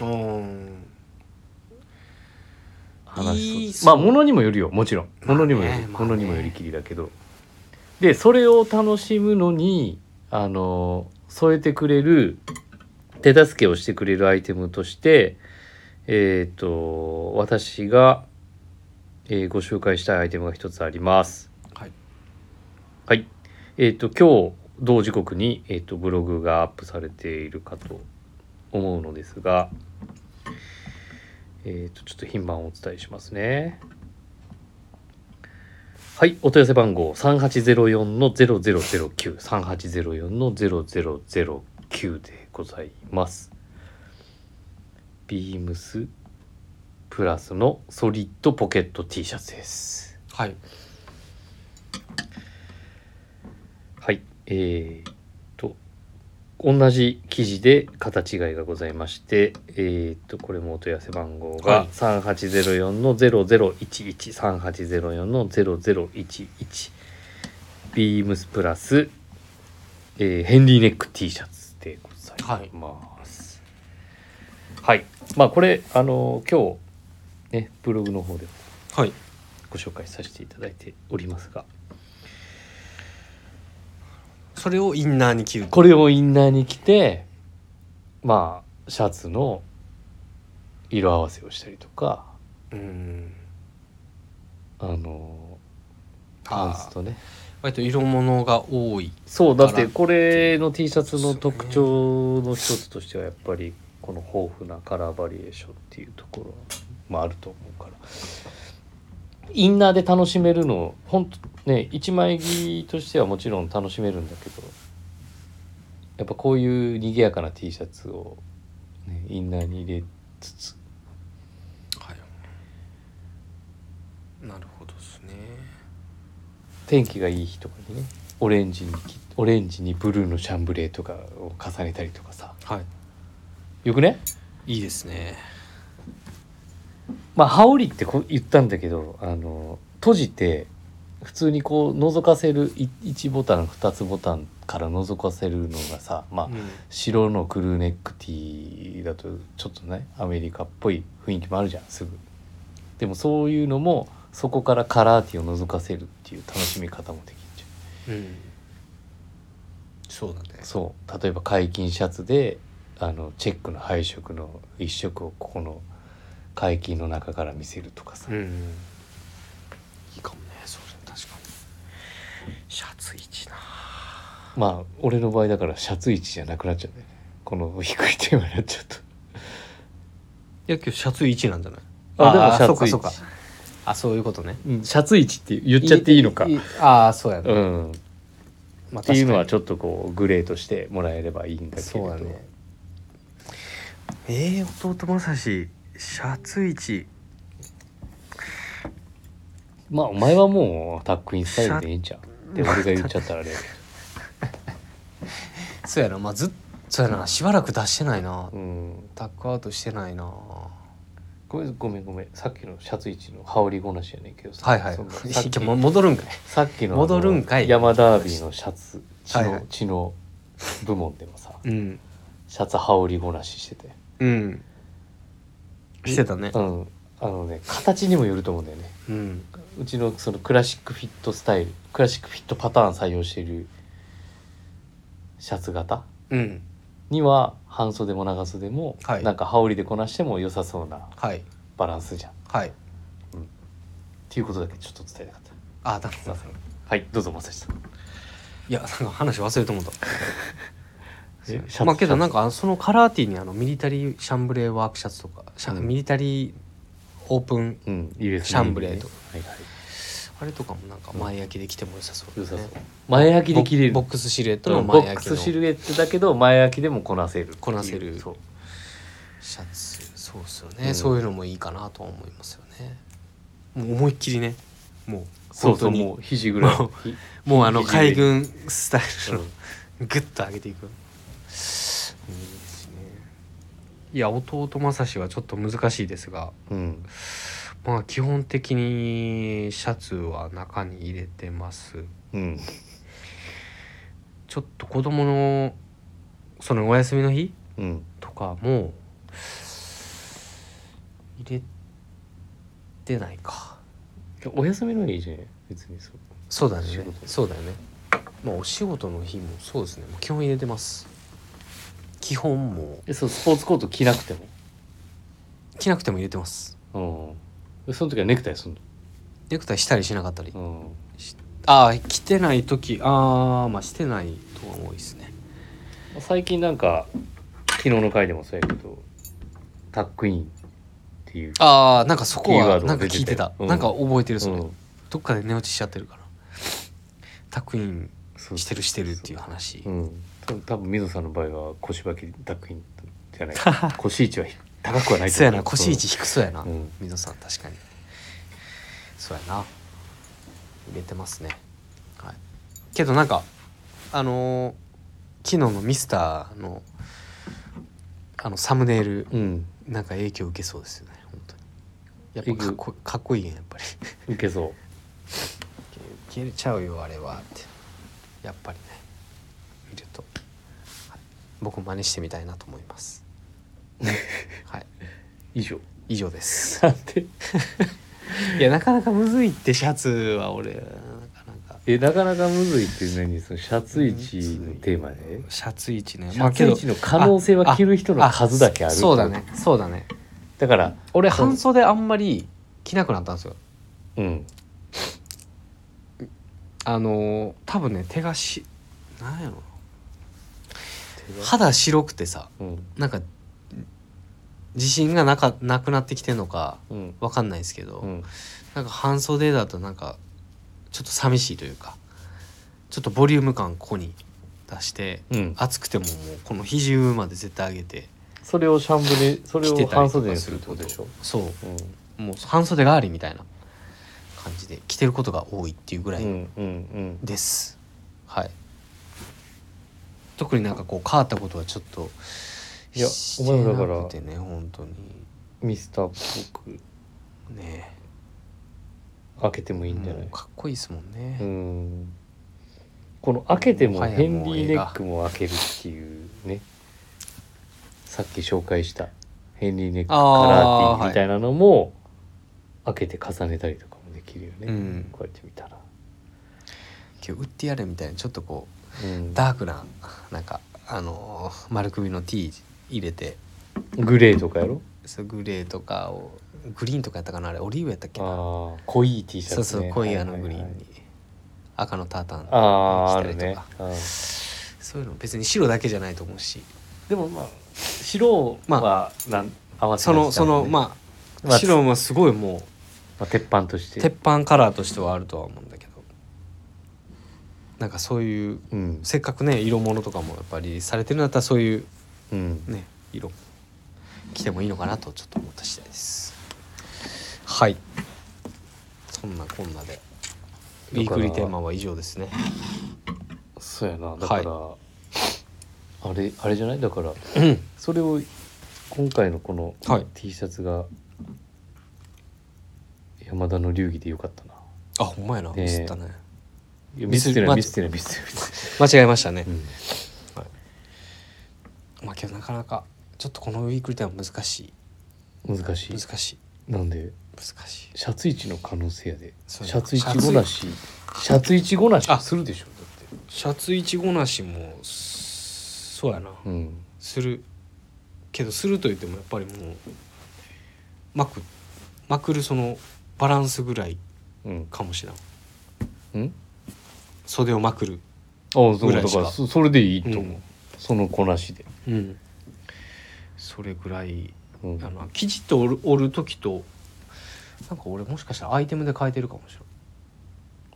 A: うーん
B: 話しそうで
A: い
B: す
A: いそう
B: まあ物にもよるよもちろん
A: まあね
B: 物にもよる、
A: まあね
B: 物にもよりきりだけどでそれを楽しむのにあの添えてくれる手助けをしてくれるアイテムとしてえっ、と私が、えーご紹介したいアイテムが一つあります
A: はい
B: はいえっ、と今日同時刻に、えー、とブログがアップされているかと思うのですがえー、とちょっと品番をお伝えしますね。はい、お問い合わせ番号3804の0009、3804の0009でございます。ビームスプラスのソリッドポケット T シャツです。
A: はい
B: はい、えー、と、同じ記事で型違いがございまして、えー、と、これもお問い合わせ番号
A: は
B: が
A: い
B: 3804の0011、3804の0011、ビームスプラス、えーヘンリーネック T シャツでございます。はい、まあこれ、あの今日、ね、ブログの方でも
A: はい
B: ご紹介させていただいておりますが、
A: それをインナーに着る
B: これをインナーに着てまあシャツの色合わせをしたりとか
A: うーん
B: あのパン
A: あ
B: ツ
A: ー
B: とね
A: 割と色物が多い
B: そうだ
A: カ
B: っ
A: ラ
B: て
A: ー
B: これの T シャツの特徴の一つとしてはやっぱりこの豊富なカラーバリエーションっていうところもあると思うからインナーで楽しめるの本当ね一枚着としてはもちろん楽しめるんだけどやっぱこういう賑やかな T シャツを、ね、インナーに入れつつ
A: はいなるほどですね
B: 天気がいい日とかにねオレンジにきオレンジにブルーのシャンブレーとかを重ねたりとかさ
A: は
B: よくね
A: いいいですね
B: まあ羽織ってこう言ったんだけどあの閉じて普通にこう覗かせるい1ボタン2つボタンから覗かせるのがさまあ、
A: うん
B: 白のクルーネックティーだとちょっとねアメリカっぽい雰囲気もあるじゃんすぐでもそういうのもそこからカラーティーを覗かせるっていう楽しみ方もできるじゃん
A: うんそうだね
B: そう例えば解禁シャツであのチェックの配色の一色をここの解禁の中から見せるとかさ、
A: うんいいかもねそれ確かにシャツ一な
B: まあ俺の場合だからシャツ位置じゃなくなっちゃうんだよねこの低いテーマになっちゃった
A: いや今日シャツ一なんじゃない
B: あでもシャツ
A: そうか
B: 一
A: そうかあそういうことね
B: うんシャツ位置って言っちゃっていいのか
A: ああそうやね、
B: うん、っ
A: まあ、
B: ていうのは
A: 確
B: ちょっとこうグレーとしてもらえればいいんだ
A: かに
B: けれ
A: そう
B: ど
A: だねえー、弟正志シャツ一
B: まあお前はもうタックインスタイルでいいんちゃうで俺が言っちゃったらね
A: そうやなまあずっそうやなしばらく出してないな、
B: うん
A: タックアウトしてないな
B: ごめんごめんごめんさっきのシャツ位置の羽織ごなしやねんけどさ
A: はいはい
B: その
A: い
B: さっき
A: やも戻るんかい
B: さっきの
A: 戻るんかい
B: あの山ダービーのシャツ知
A: はいは
B: 能
A: い
B: 知能部門でもさ
A: うん
B: シャツ羽織ごなししてて
A: うんしてたね
B: うんあのね形にもよると思うんだよね
A: うん
B: うちのそのクラシックフィットスタイルクラシックフィットパターン採用しているシャツ型
A: うん
B: には半袖も長袖も、
A: はい
B: なんか羽織でこなしても良さそうな
A: はい
B: バランスじゃんっ
A: はい
B: ていうことだけちょっと伝えたかった
A: あだ
B: すいませんはいどうぞまさしさん
A: いやなんか話忘れてもうた
B: えシャツ
A: まあけどなん
B: シャツ
A: かあのそのカラーティーにあのミリタリーシャンブレーワークシャツとかシャ
B: うん
A: ミリタリーオープン
B: うん、いいですね
A: シャンブレーと
B: はいはい
A: あれとかもなんか前焼きで着ても良さそう
B: 良
A: だ
B: さ
A: ね
B: そう前開きで切れる
A: ボボックスシルエット
B: う
A: の
B: んボ
A: 前
B: ッ
A: 焼
B: ク
A: き
B: ス
A: の
B: シ
A: シ
B: ルエットだけど前開きでもこなせる
A: こなせる
B: そう
A: ャツそそうですよ
B: う
A: ね、
B: ん
A: そういうのもいいかなとは思いますよねもう思いっきりねもう
B: そうそう
A: 本当に
B: もう肘ぐらい
A: ももうあの
B: 肘で
A: 海軍スタイルの
B: うん
A: グッと上げていく、いいですねいや弟正志はちょっと難しいですが
B: うん
A: まあ基本的にシャツは中に入れてます
B: うん
A: ちょっと子供のそのお休みの日
B: うん
A: とかも入れてないか
B: お休みのいいじゃん別にそう
A: そうだね
B: 仕事
A: そうだよねまあお仕事の日もそうですねもう基本入れてます基本も
B: えそうスポーツコート着なくて
A: う着なくても入れてます
B: もうんその時はネクタイすん
A: ネクタイしたりしなかったり
B: の
A: ああ着てない時ああまあしてないとは多いですね
B: うん最近なんか昨日の回でもそうやけどタックインっていう
A: ああなんかそこ
B: キーワー
A: は
B: ド
A: なんか
B: 出
A: 聞い
B: てた
A: てた、
B: うん
A: なんか覚えてるそれ、
B: うん
A: どっかで寝落ちしちゃってるからタクイン
B: そう
A: してるしてるっていう話、
B: うん多分多分水野さんの場合は腰履きタックイン じゃないか腰位置は高くはないと思
A: そうやな腰位置低そうやな、
B: うん
A: 水野さん確かにそうやな入れてますねはいけどなんかあのー昨日のミスターのあのサムネイル
B: うん
A: なんか影響受けそうですよね本当にやっぱかっこかっこいいやんやっぱり
B: いけそう
A: 受けちゃうよあれはってやっぱりね見ると、はい僕も真似してみたいなと思います はい
B: 以上
A: 以上です
B: なんで
A: いやなかなかむずいってシャツは俺なかなか
B: えなかなかむずいっていうのにそのシャツ位置のテーマで
A: シャツ位置ね
B: シャツ位置の可能性は着る人の数だけある
A: あそうだねそうだね
B: だから
A: 俺半袖あんまり着なくなったんですよ
B: うん
A: あのー多分ね手がしなんやろ肌白くてさ
B: うん
A: なんか自信がなかなくなってきてんのか
B: うん
A: わかんないですけど、
B: うん
A: なんか半袖だとなんかちょっと寂しいというかちょっとボリューム感ここに出して
B: うん
A: 暑くてももうこの肘上まで絶対上げて
B: それをシャンブレそれ
A: 着て
B: を
A: たり
B: 半
A: と
B: 袖
A: か
B: に
A: す
B: する
A: る
B: って
A: こ
B: こと
A: と
B: でしょ
A: そう
B: うん
A: もう半袖代わりみたいな感じで着てることが多いっていうぐら
B: う
A: い
B: んうん
A: です、はい特になんかこう変わったことはちょっと
B: いや
A: して
B: お前もだから
A: なくてね本当に
B: うんミスターっぽく
A: ね
B: 開けてもいいんじゃな
A: も
B: いう
A: かっこいいですもんね、
B: うんこの開けて
A: も
B: も
A: はや
B: ヘン
A: も
B: リ
A: う
B: ー・
A: 映
B: ネ
A: 画
B: ックも開けるっていうねさっき紹介したヘンリー・ネックカラー
A: あー
B: ティーみたいなのも開けて重ねたりとかもできるよね、
A: うん
B: こうやって見たら、
A: 今日売ってやれみたいなちょっとこう
B: うん、
A: ダークななんかあのー丸首の T 入れて
B: グレーとかやろ
A: そうグレーとかをグリーンとかやったかなあれオリーブやったっけな
B: ああ濃い T シャツ、
A: そう
B: ね、
A: そう濃いあのグリーンに、
B: はいはいはい
A: 赤のタータン
B: ああーあ
A: 着たり
B: る
A: とか
B: ね、うん
A: そういうの別に白だけじゃないと思うし
B: でもまあ白はなん合わせ
A: そのその
B: あ、
A: まあ、
B: まあ
A: 白もすごいも
B: まあ、鉄板とし
A: う
B: て
A: 鉄板カラーとしてはあるとは思うんだけどなんかそういう
B: うん、
A: せっかくね色物とかもやっぱりされてるんだったらそういう
B: うん、
A: ね色着てもいいのかなとちょっと思った次第ですはいそんなこんなでウィークリーテーマは以上ですね
B: そうやなだから、あれあれじゃないだ から
A: うん
B: それを今回のこの
A: はい
B: T シャツが山田の流儀でよかったな
A: あほんまやな
B: ねえ
A: ミスったね
B: いや
A: ミ
B: ミ
A: ス
B: スってない
A: ま
B: ミスってないミスってない
A: 間違えましたね、
B: うん
A: まあけどなかなかちょっとこのウィークリーテーマ難し
B: 難
A: い
B: し
A: 難
B: い
A: しい
B: なんで
A: 難しい
B: シャツ位置の可能性やでシ
A: そうや
B: ャツ位置ごなしシャツ位置ごなし
A: あ
B: するでしょだっ
A: シャツイチゴなしもすそうやな、
B: てうん
A: するけどすると言ってもやっぱりもうまくまくるそのバランスぐらい
B: うん
A: かもしれん
B: うん
A: 袖をまくる
B: ああそう
A: ぐら
B: だ
A: いしか
B: からそそれでいいと思う、
A: うん
B: そのこなしで、
A: うん、それぐらい
B: うん
A: あの生地と折る折る時となんか俺もしかしたらアイテムで変えてるかもし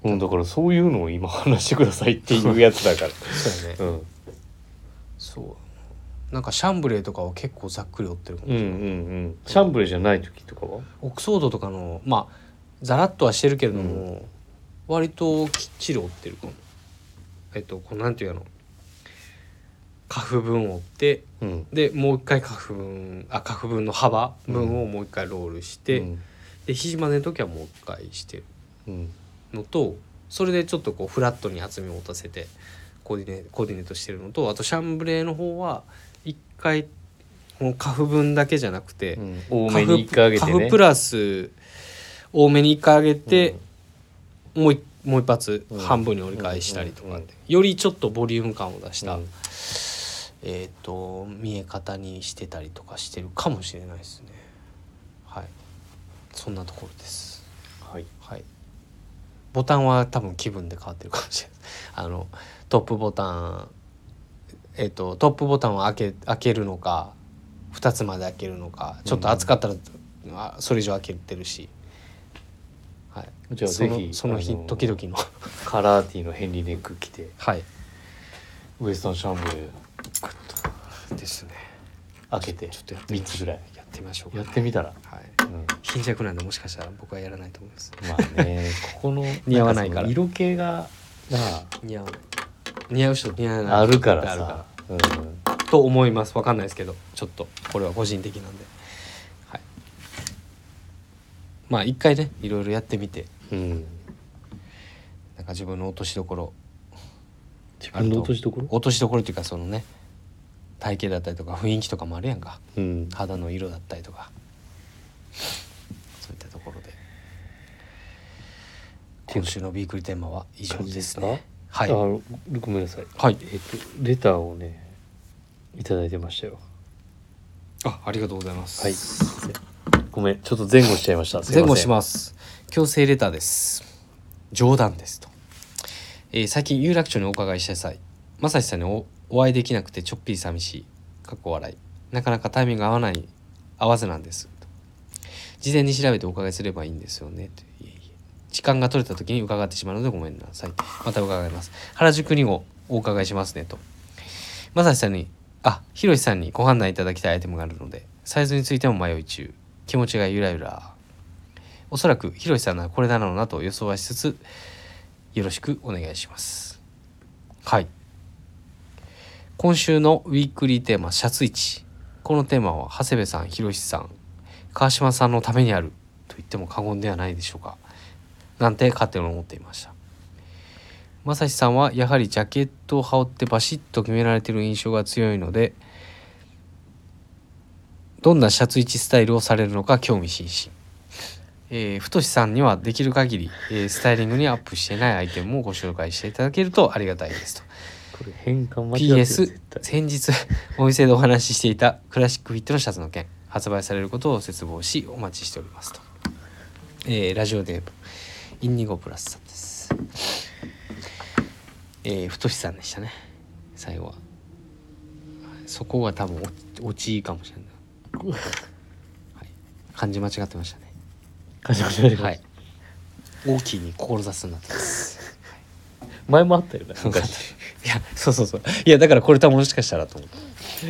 B: うん、だからそういうのを今話してくださいっていうやつだから
A: れないそうやね
B: うん
A: そうなんかシャンブレーとかを結構ざっくり追ってるかも
B: うんうんうんシャンブレーじゃない時とかは
A: オックソードとかのまあざらっとはしてるけれども、割ときっちり追ってるかもえっとこうなんていうの花粉分を追って
B: うん
A: でもう一回花粉分あ花粉分の幅分をもう一回ロールして、
B: うん
A: で肘までの時はもう一回してる
B: うん
A: のとそれでちょっとこうフラットに厚みを持たせてコーディネコーディネートしてるのとあとシャンブレーの方は一回この花粉分だけじゃなくて、
B: うん多めに一回あげて
A: カフ
B: ね
A: プラス多めに一回上げて
B: うん、
A: もう一もう一発
B: うん
A: 半分に折り返したりとかで、
B: うんうん
A: よりちょっとボリューム感を出した、
B: うん
A: えっ、と見え方にしてたりとかしてるかもしれないですねはいそんなところです
B: はい
A: はいボタンは多分気分で変わってるかもしれない あのトップボタンえっ、とトップボタンを開け開けるのか2つまで開けるのかちょっと暑かったら、あそれ以上開けてるし、はい、
B: じゃあ
A: その
B: ぜひ
A: その日
B: あの
A: 時々の
B: カラーティーのヘンリーネック着て
A: はい
B: ウエストンシャンブレー
A: ですね
B: 開けて
A: ちょっとやってみ
B: 3
A: まし
B: つぐらい
A: やってみましょうか
B: やってみたら、
A: はい、
B: うん、
A: 貧弱なんでもしかしたら僕はやらないと思います
B: まあねここの
A: 似合わないから
B: んその色気がなあ
A: 似合う似合う人と似合わない人
B: あるから
A: ってあ
B: さうん
A: と思いますわかんないですけどちょっとこれは個人的なんで、はい、まあ一回ねいろいろやってみて
B: うん、
A: なんか自分の落としどころ
B: 自分の落としどころ
A: 落としどころっていうかそのね体型だったりとか雰囲気とかもあるやんか
B: うん、
A: 肌の色だったりとかそういったところで今週のビークリーテーマは以上ですねは
B: はいい、あごめんなさい、
A: はい
B: えっとレターをねいただいてましたよ
A: あありがとうございます
B: はいごめんちょっと前後しちゃいました
A: 前後し
B: す
A: ます強制レターです冗談ですと、えー最近有楽町にお伺いした際まさしさんにおお会いできなくてちょっぴり寂しいかっこ笑いなかなかタイミング合わない合わずなんですと事前に調べてお伺いすればいいんですよねといえいえ時間が取れた時に伺ってしまうのでごめんなさいまた伺います原宿にもお伺いしますねとまさしさんにあひろしさんにご判断いただきたいアイテムがあるのでサイズについても迷い中気持ちがゆらゆらおそらくひろしさんならこれだろうなと予想はしつつよろしくお願いしますはい今週のウィークリーテーマ「シャツ1」このテーマは長谷部さんひろしさん川島さんのためにあると言っても過言ではないでしょうかなんて勝手に思っていましたまさしさんはやはりジャケットを羽織ってバシッと決められている印象が強いのでどんなシャツ1スタイルをされるのか興味津々えー、ふとしさんにはできる限り、えースタイリングにアップしていないアイテムをご紹介していただけるとありがたいですと
B: これ変換間違ってる
A: PS
B: 絶対
A: 先日お店でお話ししていたクラシックフィットのシャツの件発売されることを切望しお待ちしておりますと、えーラジオネームインニゴプラスさんですえー、太さんでしたね最後はそこが多分落ちいいかもしれない、はい、漢字間違ってましたね
B: 感じました
A: はい大きいに志すになってます
B: 前もあったよ
A: い
B: ね昔
A: やそうそうそういやだからこれ多分もしかしたらと思って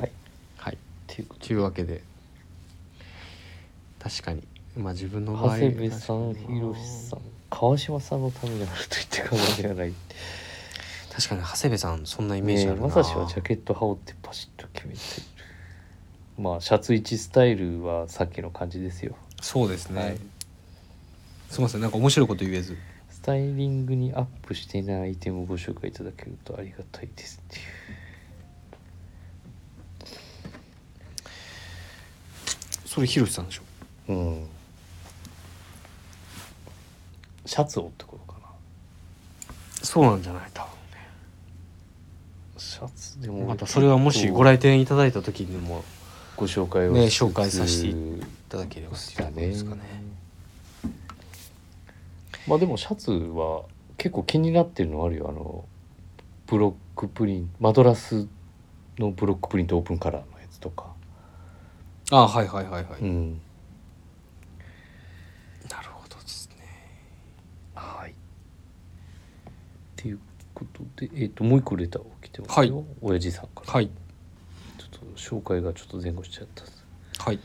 B: はい
A: はい
B: ていうこと
A: いうわけで確かにまあ自分の場合
B: 長谷部さん
A: 確かに
B: ひろしさん川島さんのためになると言って過言ではない
A: 確かに長谷部さんそんなイメージあ
B: ね
A: るな、
B: まさしはジャケット羽織ってパシッと決めてるまあシャツ1スタイルはさっきの感じですよ
A: そうですね、
B: はい
A: すみませんなんか面白いこと言えず
B: スタイリングにアップしていないアイテムをご紹介いただけるとありがたいですっていう
A: それひろしさんでしょ
B: うんシャツをってことかな
A: そうなんじゃない多分ね
B: シャツでも
A: またそれはもしご来店いただいた時にも
B: ご紹介を
A: ね
B: しつつ
A: 紹介させていただければっていうところですかね
B: まあでもシャツは結構気になってるのあるよあのブロックプリンマドラスのブロックプリントオープンカラーのやつとか、
A: あはいはいはいはい、
B: うん
A: なるほどですね
B: はいっていうことで、えっともう一個レターを来てますよ、
A: は
B: 親父さんから、
A: はい
B: 紹介がちょっと前後しちゃった
A: はい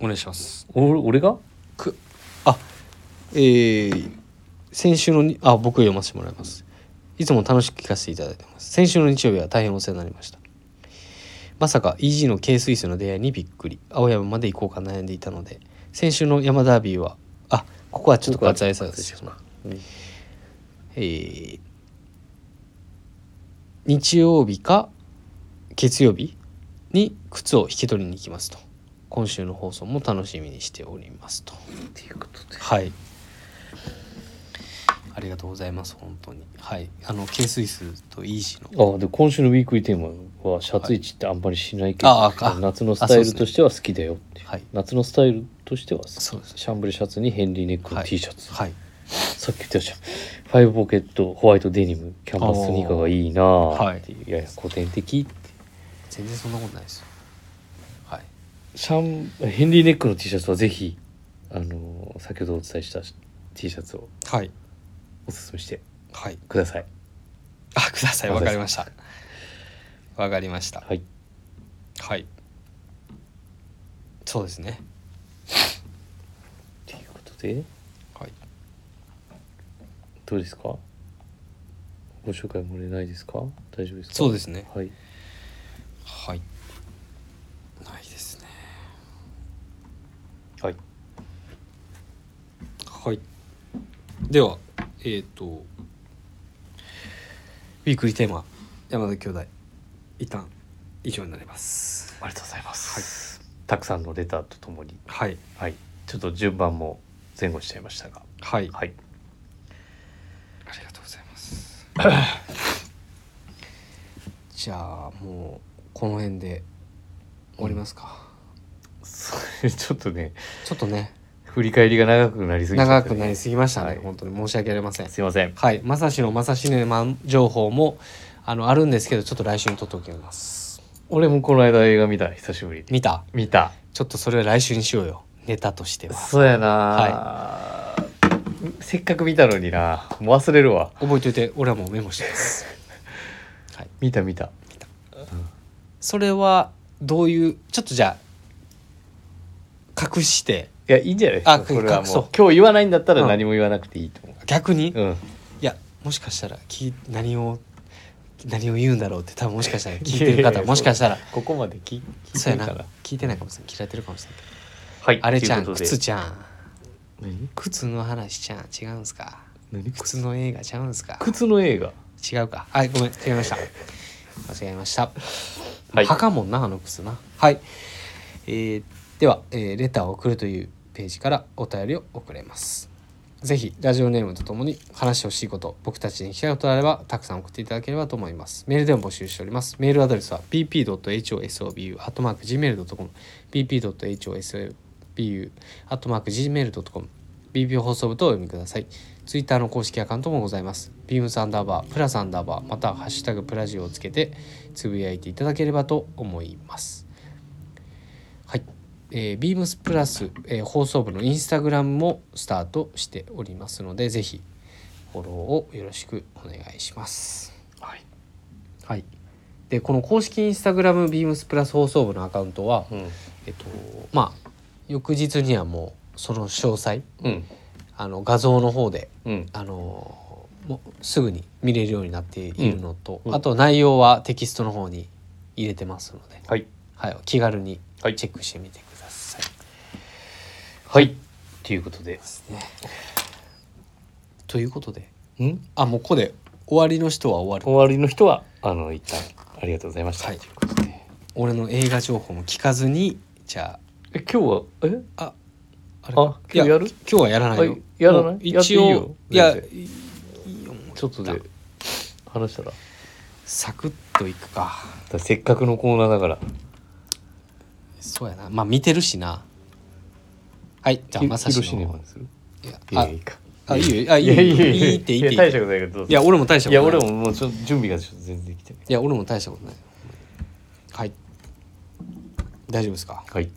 A: お願いします
B: お俺が
A: くあえー、先週のにあ僕読ませてもらいますいつも楽しく聞かせていただいてます先週の日曜日は大変お世話になりましたまさか EG の K スイスの出会いにびっくり青山まで行こうか悩んでいたので先週の山ダービーはあここはちょっと割愛させてしまうえー日曜日か月曜日に靴を引き取りに行きますと今週の放送も楽しみにしておりますと
B: っていうことで
A: はいありがとうございます本当にはいあの K スイスと E ーの
B: あで今週のウィークリーテーマは「シャツイチってあんまりしないけど、
A: はいあああ
B: 夏のスタイルとしては好きだよ」っていう
A: はい
B: 夏のスタイルとしては好き
A: そうです
B: シャンブレシャツにヘンリーネックの
A: はい
B: T シャツ、
A: はい
B: さっき言ったじゃんファイブポケットホワイトデニムキャンバススニーカーがいいなあっていう、い、やや古典的って
A: 全然そんなことないですよはい
B: シャンヘンリーネックの T シャツはぜひあの先ほどお伝えした T シャツを
A: はい
B: おすすめして
A: はい
B: ください
A: あくださいわかりましたわかりました
B: はい
A: はいそうですね
B: ということで
A: はい
B: どうですかご紹介もれないですか大丈夫ですか
A: そうですね
B: はい
A: はいないですね
B: はい
A: はいではえっ、とウィークリーテーマ山田兄弟一旦以上になります
B: ありがとうございます、たくさんのレターとともに
A: はい
B: はいちょっと順番も前後しちゃいましたが
A: はい
B: はい
A: ありがとうございます じゃあもうこの辺で終わりますか、
B: それちょっとね
A: ちょっとね
B: 振り返りが長くなりすぎちゃったね
A: 長くなりすぎましたね、
B: はい
A: 本当に申し訳ありません
B: すいません
A: はいまさしのまさしねま情報もあのあるんですけどちょっと来週に取っておきます
B: 俺もこの間映画見た久しぶりに
A: 見た
B: 見た
A: ちょっとそれは来週にしようよネタとしては
B: そうやな、せっかく見たのになもう忘れるわ
A: 覚えておいて俺はもうメモしてますはい
B: 見た見た
A: それはどういうちょっとじゃあ隠して
B: いやいいんじゃないです
A: あ
B: かこれは
A: 隠
B: も
A: そう
B: う今日言わないんだった
A: う
B: ら
A: ん
B: 何も言わなくていいと思
A: 逆に、
B: う
A: い
B: うん
A: やもしかしたらき何を何を言うんだろうって多分もしかしたら聞い てる方もしかしたら
B: ここまで聞い
A: そう
B: て
A: やな
B: るから
A: 聞いてないかもしれない聞かれてるかもしれないけ
B: はい
A: どあれちゃん
B: ということで
A: 靴ちゃん
B: 何
A: 靴の話ちゃん違うんすか
B: 何
A: 靴の映画ちゃうんすか
B: 靴の映画
A: 違うかはいごめん違いました間違えました
B: はい
A: はかもんなあの靴なはい、えーでは、えーレターを送る」というページからお便りを送れますぜひラジオネームとともに話してほしいこと僕たちに聞きたいことがあればたくさん送っていただければと思いますメールでも募集しておりますメールアドレスは bp.hosobu.gmail.com bp.hosobu.gmail.com BB 放送部とお読みください。ツイッターの公式アカウントもございます。ビームスアンダーバー、プラスアンダーバー、またはハッシュタグプラジオをつけてつぶやいていただければと思います。はい。えー、ビームスプラス、えー放送部のインスタグラムもスタートしておりますので、ぜひフォローをよろしくお願いします。
B: はい
A: はい。で、この公式インスタグラムビームスプラス放送部のアカウントは、
B: うん
A: えっと、まあ、翌日にはもうその詳細、
B: うん
A: あの画像の方で
B: うん
A: あのもうすぐに見れるようになっているのと、
B: うんうん
A: あと内容はテキストの方に入れてますので、
B: はい
A: はい、気軽にチ
B: は
A: ェ
B: い
A: ックしてみてください。
B: はいということで
A: ですねということで
B: ん
A: あもうここで終わりの人は終わ
B: 終
A: る
B: わりの人はあの一旦ありがとうございました、
A: はい俺の映画情報も聞かずにじゃ
B: え今日はえ
A: あああれ
B: あ今日やる
A: い今日はやらないよ
B: あやらない
A: もう
B: やってい
A: 一
B: いよ
A: 応いや
B: 全然
A: いいよもう
B: ちょっとで話したらだ
A: サクッといくか
B: からせっかくのコーナーだから
A: そうやなまあ見てるしなはいじゃあ
B: ひ
A: まさし
B: 広シネマ
A: の
B: にする
A: いや
B: い
A: あ
B: やいいか
A: あいいよあいいよ
B: やや
A: いいっていいって
B: や大したことないけどどう
A: い
B: ぞ
A: や俺も大した
B: い
A: こと
B: や
A: ない
B: 俺ももうちょっと準備がちょっと全然できてない
A: いや俺も大したことないはい大丈夫ですか
B: はい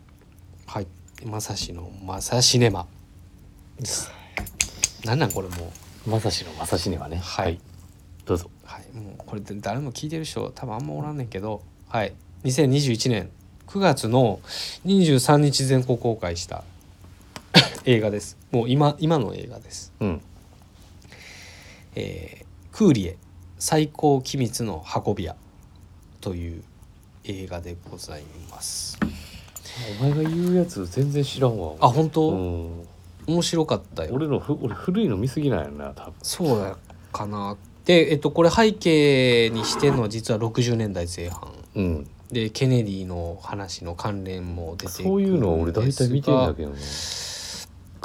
A: はいまさしのまさシネマなんなんこれもう
B: まさしのまさしにはね
A: はい
B: どうぞ
A: はい、もうこれで誰も聞いてる人多分あんまおらんねんけど、はい、2021年9月の23日全国公開した 映画ですもう今今の映画です、
B: うん
A: えークーリエ最高機密の運び屋」という映画でございます
B: お前が言うやつ全然知らんわ
A: あ本当、
B: うん
A: 面白かったよ
B: 俺のふ俺古いの見すぎなんやな多分
A: そうだかなで、えっと、これ背景にしてんのは実は60年代前半
B: うん
A: でケネディの話の関連も出てくる
B: そういうのは俺大体見てんだ
A: ど、
B: けどな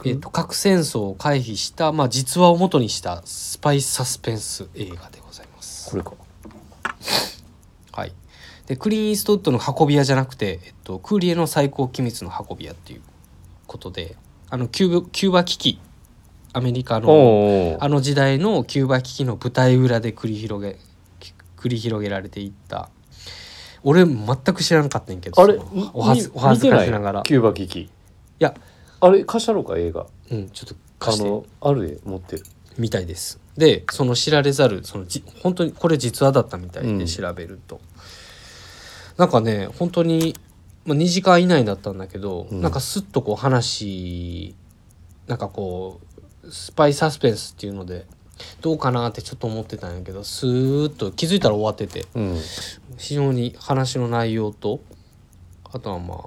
A: えっと、核戦争を回避した、まあ、実話を元にしたスパイサスペンス映画でございます
B: これか
A: はい、でクリーン・イーストウッドの運び屋じゃなくて、えっと、クーリエの最高機密の運び屋っていうことであのキューブキューバ危機アメリカ
B: お
A: の
B: うおう
A: あの時代のキューバ危機の舞台裏で繰り広げ繰り広げられていった俺全く知らなかったんやけど
B: あれ
A: そのおはずお恥ずかしながら
B: キューバ危機い
A: や
B: あれ貸したろか映画
A: うん、ちょっと貸
B: あ
A: して
B: のあるで持ってる
A: みたいですでその知られざるそのじ本当にこれ実話だったみたい
B: うん
A: で調べると、なんかね本当にまあ2時間以内だったんだけど、
B: うん
A: なんかスッとこう話なんかこうスパイサスペンスっていうのでどうかなってちょっと思ってたんやけどスーッと気づいたら終わってて
B: うん
A: 非常に話の内容とあとはまあ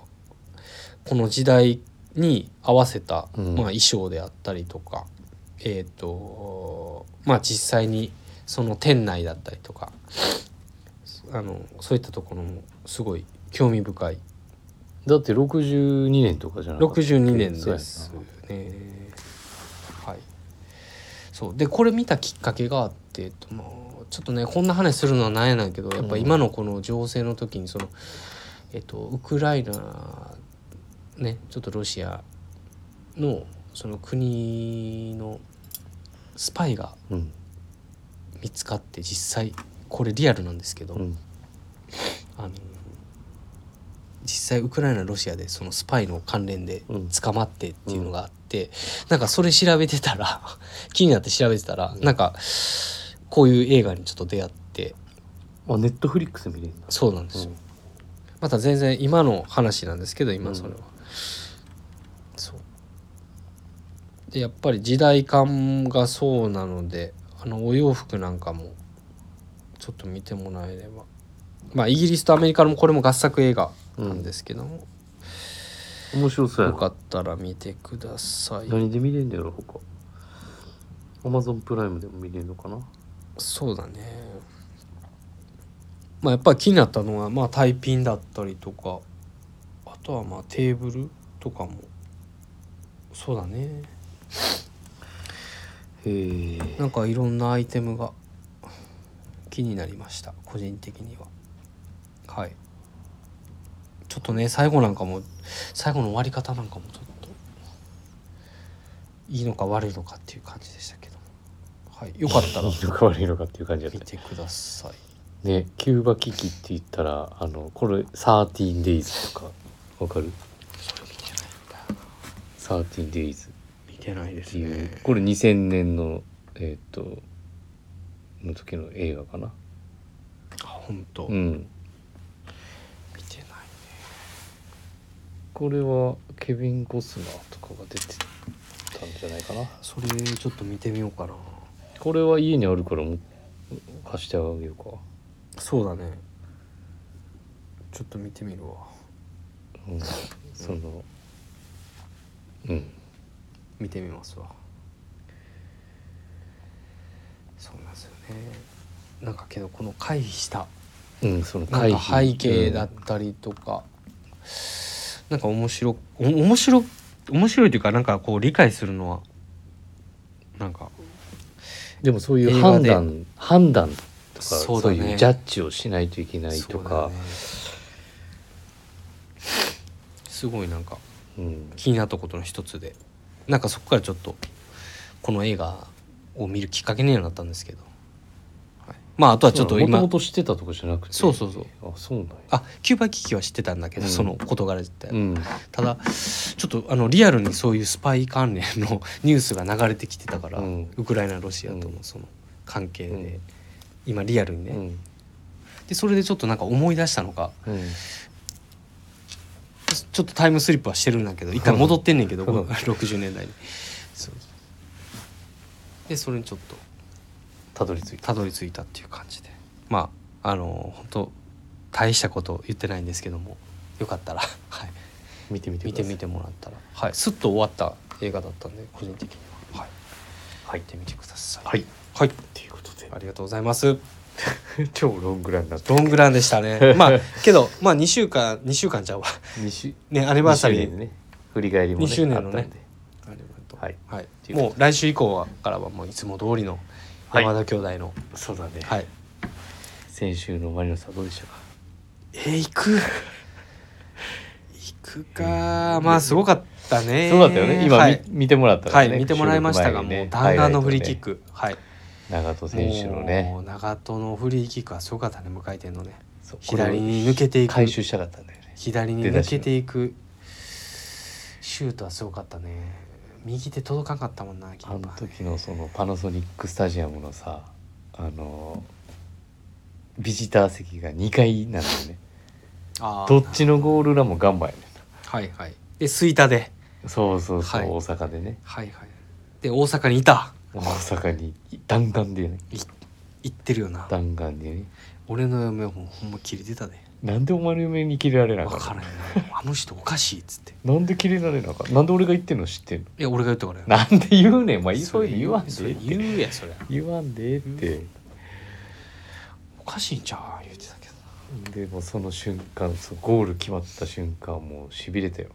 A: この時代に合わせた、
B: うん
A: まあ、衣装であったりとかえっ、とまあ実際にその店内だったりとかあのそういったところもすごい興味深い
B: だって62年とかじゃなかった
A: 62年で
B: そ
A: す
B: うや
A: ねはいそうでこれ見たきっかけがあって、えっとまあ、ちょっとねこんな話するのはなんやないけどやっぱ
B: うん
A: 今のこの情勢の時にその、えっと、ウクライナねちょっとロシアのその国のスパイが
B: なうん
A: 見つかって実際これリアルなんですけど、
B: うん
A: あの実際ウクライナロシアでそのスパイの関連で
B: うん
A: 捕まってっていうのがあって、なんかそれ調べてたら気になって調べてたら、なんかこういう映画にちょっと出会って
B: あネットフリックス見れるんだ
A: そうなんですよ、
B: うん
A: また全然今の話なんですけど今それは、
B: う
A: そうでやっぱり時代感がそうなのであのお洋服なんかもちょっと見てもらえればまあイギリスとアメリカのこれも合作映画なんですけども、
B: 面白そうや
A: よ
B: な
A: かったら見てください。
B: 何で見れんだろ他アマゾンプライムでも見れるのかな
A: そうだね。まあやっぱり気になったのはまあタイピンだったりとかあとはまあテーブルとかもそうだね
B: へえ
A: なんかいろんなアイテムが気になりました個人的にははいちょっとね最後なんかも最後の終わり方なんかもちょっといいのか悪いのかっていう感じでしたけどもはいよかったら
B: いいのか悪いのかっていう感じだった
A: 見
B: ね
A: てください
B: ねキューバ危機って言ったらあのこれ「13 days」とかわかる「13 days」
A: 見てないで
B: っていうこれ2000年のえーっとの時の映画かな
A: あ本当、
B: うん
A: 見てない
B: これはケビン・コスナーとかが出てたんじゃないかな
A: それちょっと見てみようかな
B: これは家にあるからも貸してあげるか
A: そうだねちょっと見てみるわ
B: うんそのうん
A: 見てみますわそうなんですよねなんかけどこの回避した
B: うんその
A: なん
B: 回
A: か
B: 避
A: 背景だったりとか、なんか面白お面白面白いというかなんかこう理解するのはなんか
B: でもそういう
A: 映画
B: 判
A: で
B: 断判断とか
A: そ
B: そうう,、
A: だね
B: いうジャッジをしないといけないとか
A: そうだねすごいなんか
B: う,、ん、
A: 気になったことの一つでなんかそこからちょっとこの映画を見るきっかけにはなったんですけど、はいまああとはちょっと
B: もと
A: 今
B: もとしてたとかじゃなくて
A: そうそうそう
B: あそうなんや
A: あキューバ危機は知ってたんだけど、
B: うん
A: その事柄自体、
B: うん
A: ただちょっとあのリアルにそういうスパイ関連のニュースが流れてきてたから、
B: うん
A: ウクライナロシアと
B: う
A: の
B: ん
A: その関係で、
B: うん
A: 今リアルにね、
B: うん
A: でそれでちょっとなんか思い出したのか
B: うん
A: ちょっとタイムスリップはしてるんだけど一回戻ってんねんけど
B: うん
A: 60年代にそうでそれにちょっと
B: たどり着いた
A: たどり着いたっていう感じでまああの本当大したこと言ってないんですけどもよかったら、 はい、
B: 見てみて
A: 見
B: くだ
A: て
B: さい
A: みてもらったら、はい、スッと終わった映画だったんで個人的には、はい、
B: はい
A: 見てみてください。
B: はい
A: はい、
B: ということで
A: ありがとうございます。
B: 超ロングランだと
A: ロングランでしたね。まあけどまあ2週間2週間ちゃうわ。
B: 2週
A: ねアニバーサリ
B: 二周
A: ー
B: 年のね振り返りも、ね、
A: 二周年のね
B: あったんで
A: ありがとう
B: はい
A: はい、もう来週以降はからはもういつも通りの
B: はい
A: 山田兄弟の、
B: そうだね、
A: はい
B: 先週のマリノさんどうでしたか
A: えー行く行くかまあすごかったね
B: そうだったよね今、
A: はい
B: み、見てもらったか
A: は
B: ら
A: い
B: ね、
A: 見てもらいましたが、
B: 収録前
A: も
B: に
A: う
B: ね
A: 弾丸のフリーキック、はい
B: ハイライトでね長門選手のね
A: もう長門のフリーキックはすごかったね無回転のね
B: そう
A: 左に抜けていく
B: 回収したかったんだよね
A: 左に抜けていくシュートはすごかったね右手届かんかったもんなキ
B: あ
A: ー
B: の
A: パー
B: 時のそのパナソニックスタジアムのさあのビジター席が2階なんだよね
A: あー
B: どっちのゴール裏もガンバやね
A: はいはいで吹田で
B: そうそうそう、
A: はい
B: 大阪でね
A: はいはいで大阪にいた
B: 大阪に弾丸でね
A: 行ってるよな
B: 弾丸でね
A: 俺の嫁はもうほんま切れてたで
B: なんでお前の夢に切れられな
A: 分
B: かっ
A: か
B: た
A: らんよなあの人おかしいっつって
B: なんで切れられなかったなんで俺が言ってんの知ってんの
A: いや俺が言ったからよ
B: なんで言うねんお前
A: そ
B: 急
A: れ
B: いで言わんで
A: そ
B: ええ
A: れ
B: って
A: 言うやそれ
B: 言わんでええって
A: おかしいんちゃう言ってたけど
B: でもその瞬間そうゴール決まった瞬間もうしびれたよ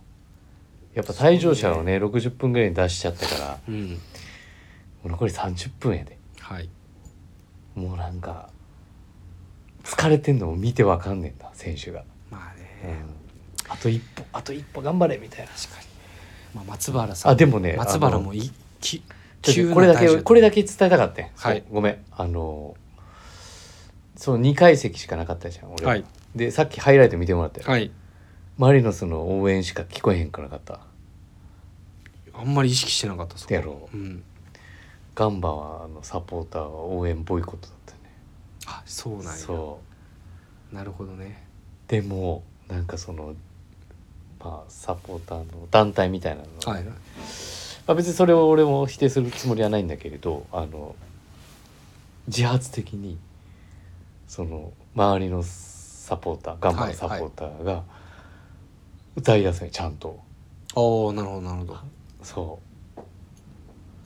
B: やっぱ退場者をね60分ぐらいに出しちゃったからも
A: うん
B: う残り30分やで
A: はい
B: もうなんか疲れてんのも見てわかんねえんだ選手が、
A: まあ
B: うん
A: ね
B: あと一歩あと一歩頑張れみたいな
A: 確かにまあ松原さん
B: あでもね
A: 松
B: あ
A: 原
B: の
A: もいき
B: ちょっとこれだけこれだけ伝えたかったんそう
A: はい
B: ごめんあのその2階席しかなかったじゃん俺は、
A: はい
B: でさっきハイライト見てもらったよ、
A: はい
B: マリノスの応援しか聞こえへんくなかった
A: あんまり意識してなかったそこ
B: やろ
A: うん
B: ガンバはあのサポーターは応援ボイコットだったよね
A: あそうなんや
B: そう
A: なるほどね
B: でもなんかそのまあサポーターの団体みたいなのが
A: はい
B: ねまあ、別にそれを俺も否定するつもりはないんだけれどあの自発的にその周りのサポーターガンバのサポーターが歌い出すねちゃんと、
A: ああなるほどなるほど
B: そう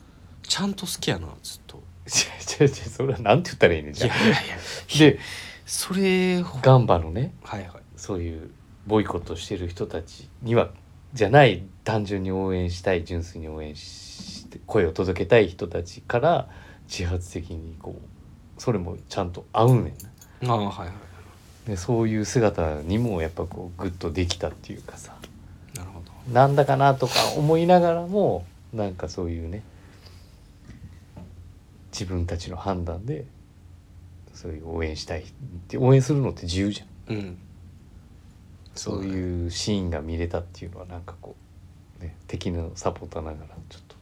A: ちゃんと好きやなずっと
B: ちょちょちょそれはなんて言ったらいいね
A: い
B: じ
A: や
B: ゃ
A: い
B: あ
A: やいや
B: で
A: それほ
B: ガンバのね
A: はいはい
B: そういうボイコットしてる人たちにはじゃない単純に応援したい純粋に応援して声を届けたい人たちから自発的にこうそれもちゃんと合うねんな
A: ああはいはい
B: でそういう姿にもやっぱこうグッとできたっていうかさ
A: なるほど
B: なんだかなとか思いながらもなんかそういうね自分たちの判断でそういう応援したいって応援するのって自由じゃん
A: うん
B: そう
A: だね
B: いうシーンが見れたっていうのはなんかこう、ね、敵のサポーターながらちょっと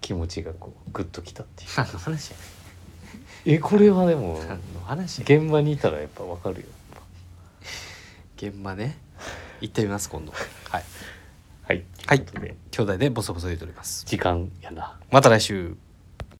B: 気持ちがこうグッときたっていう
A: 何の話や
B: えこれはでも
A: 何の話や
B: 現場にいたらやっぱわかるよ
A: 現場 ね行ってみます今度はい
B: はい
A: はい
B: ということで
A: 兄弟でボソボソ言うております
B: 時間やな
A: また来週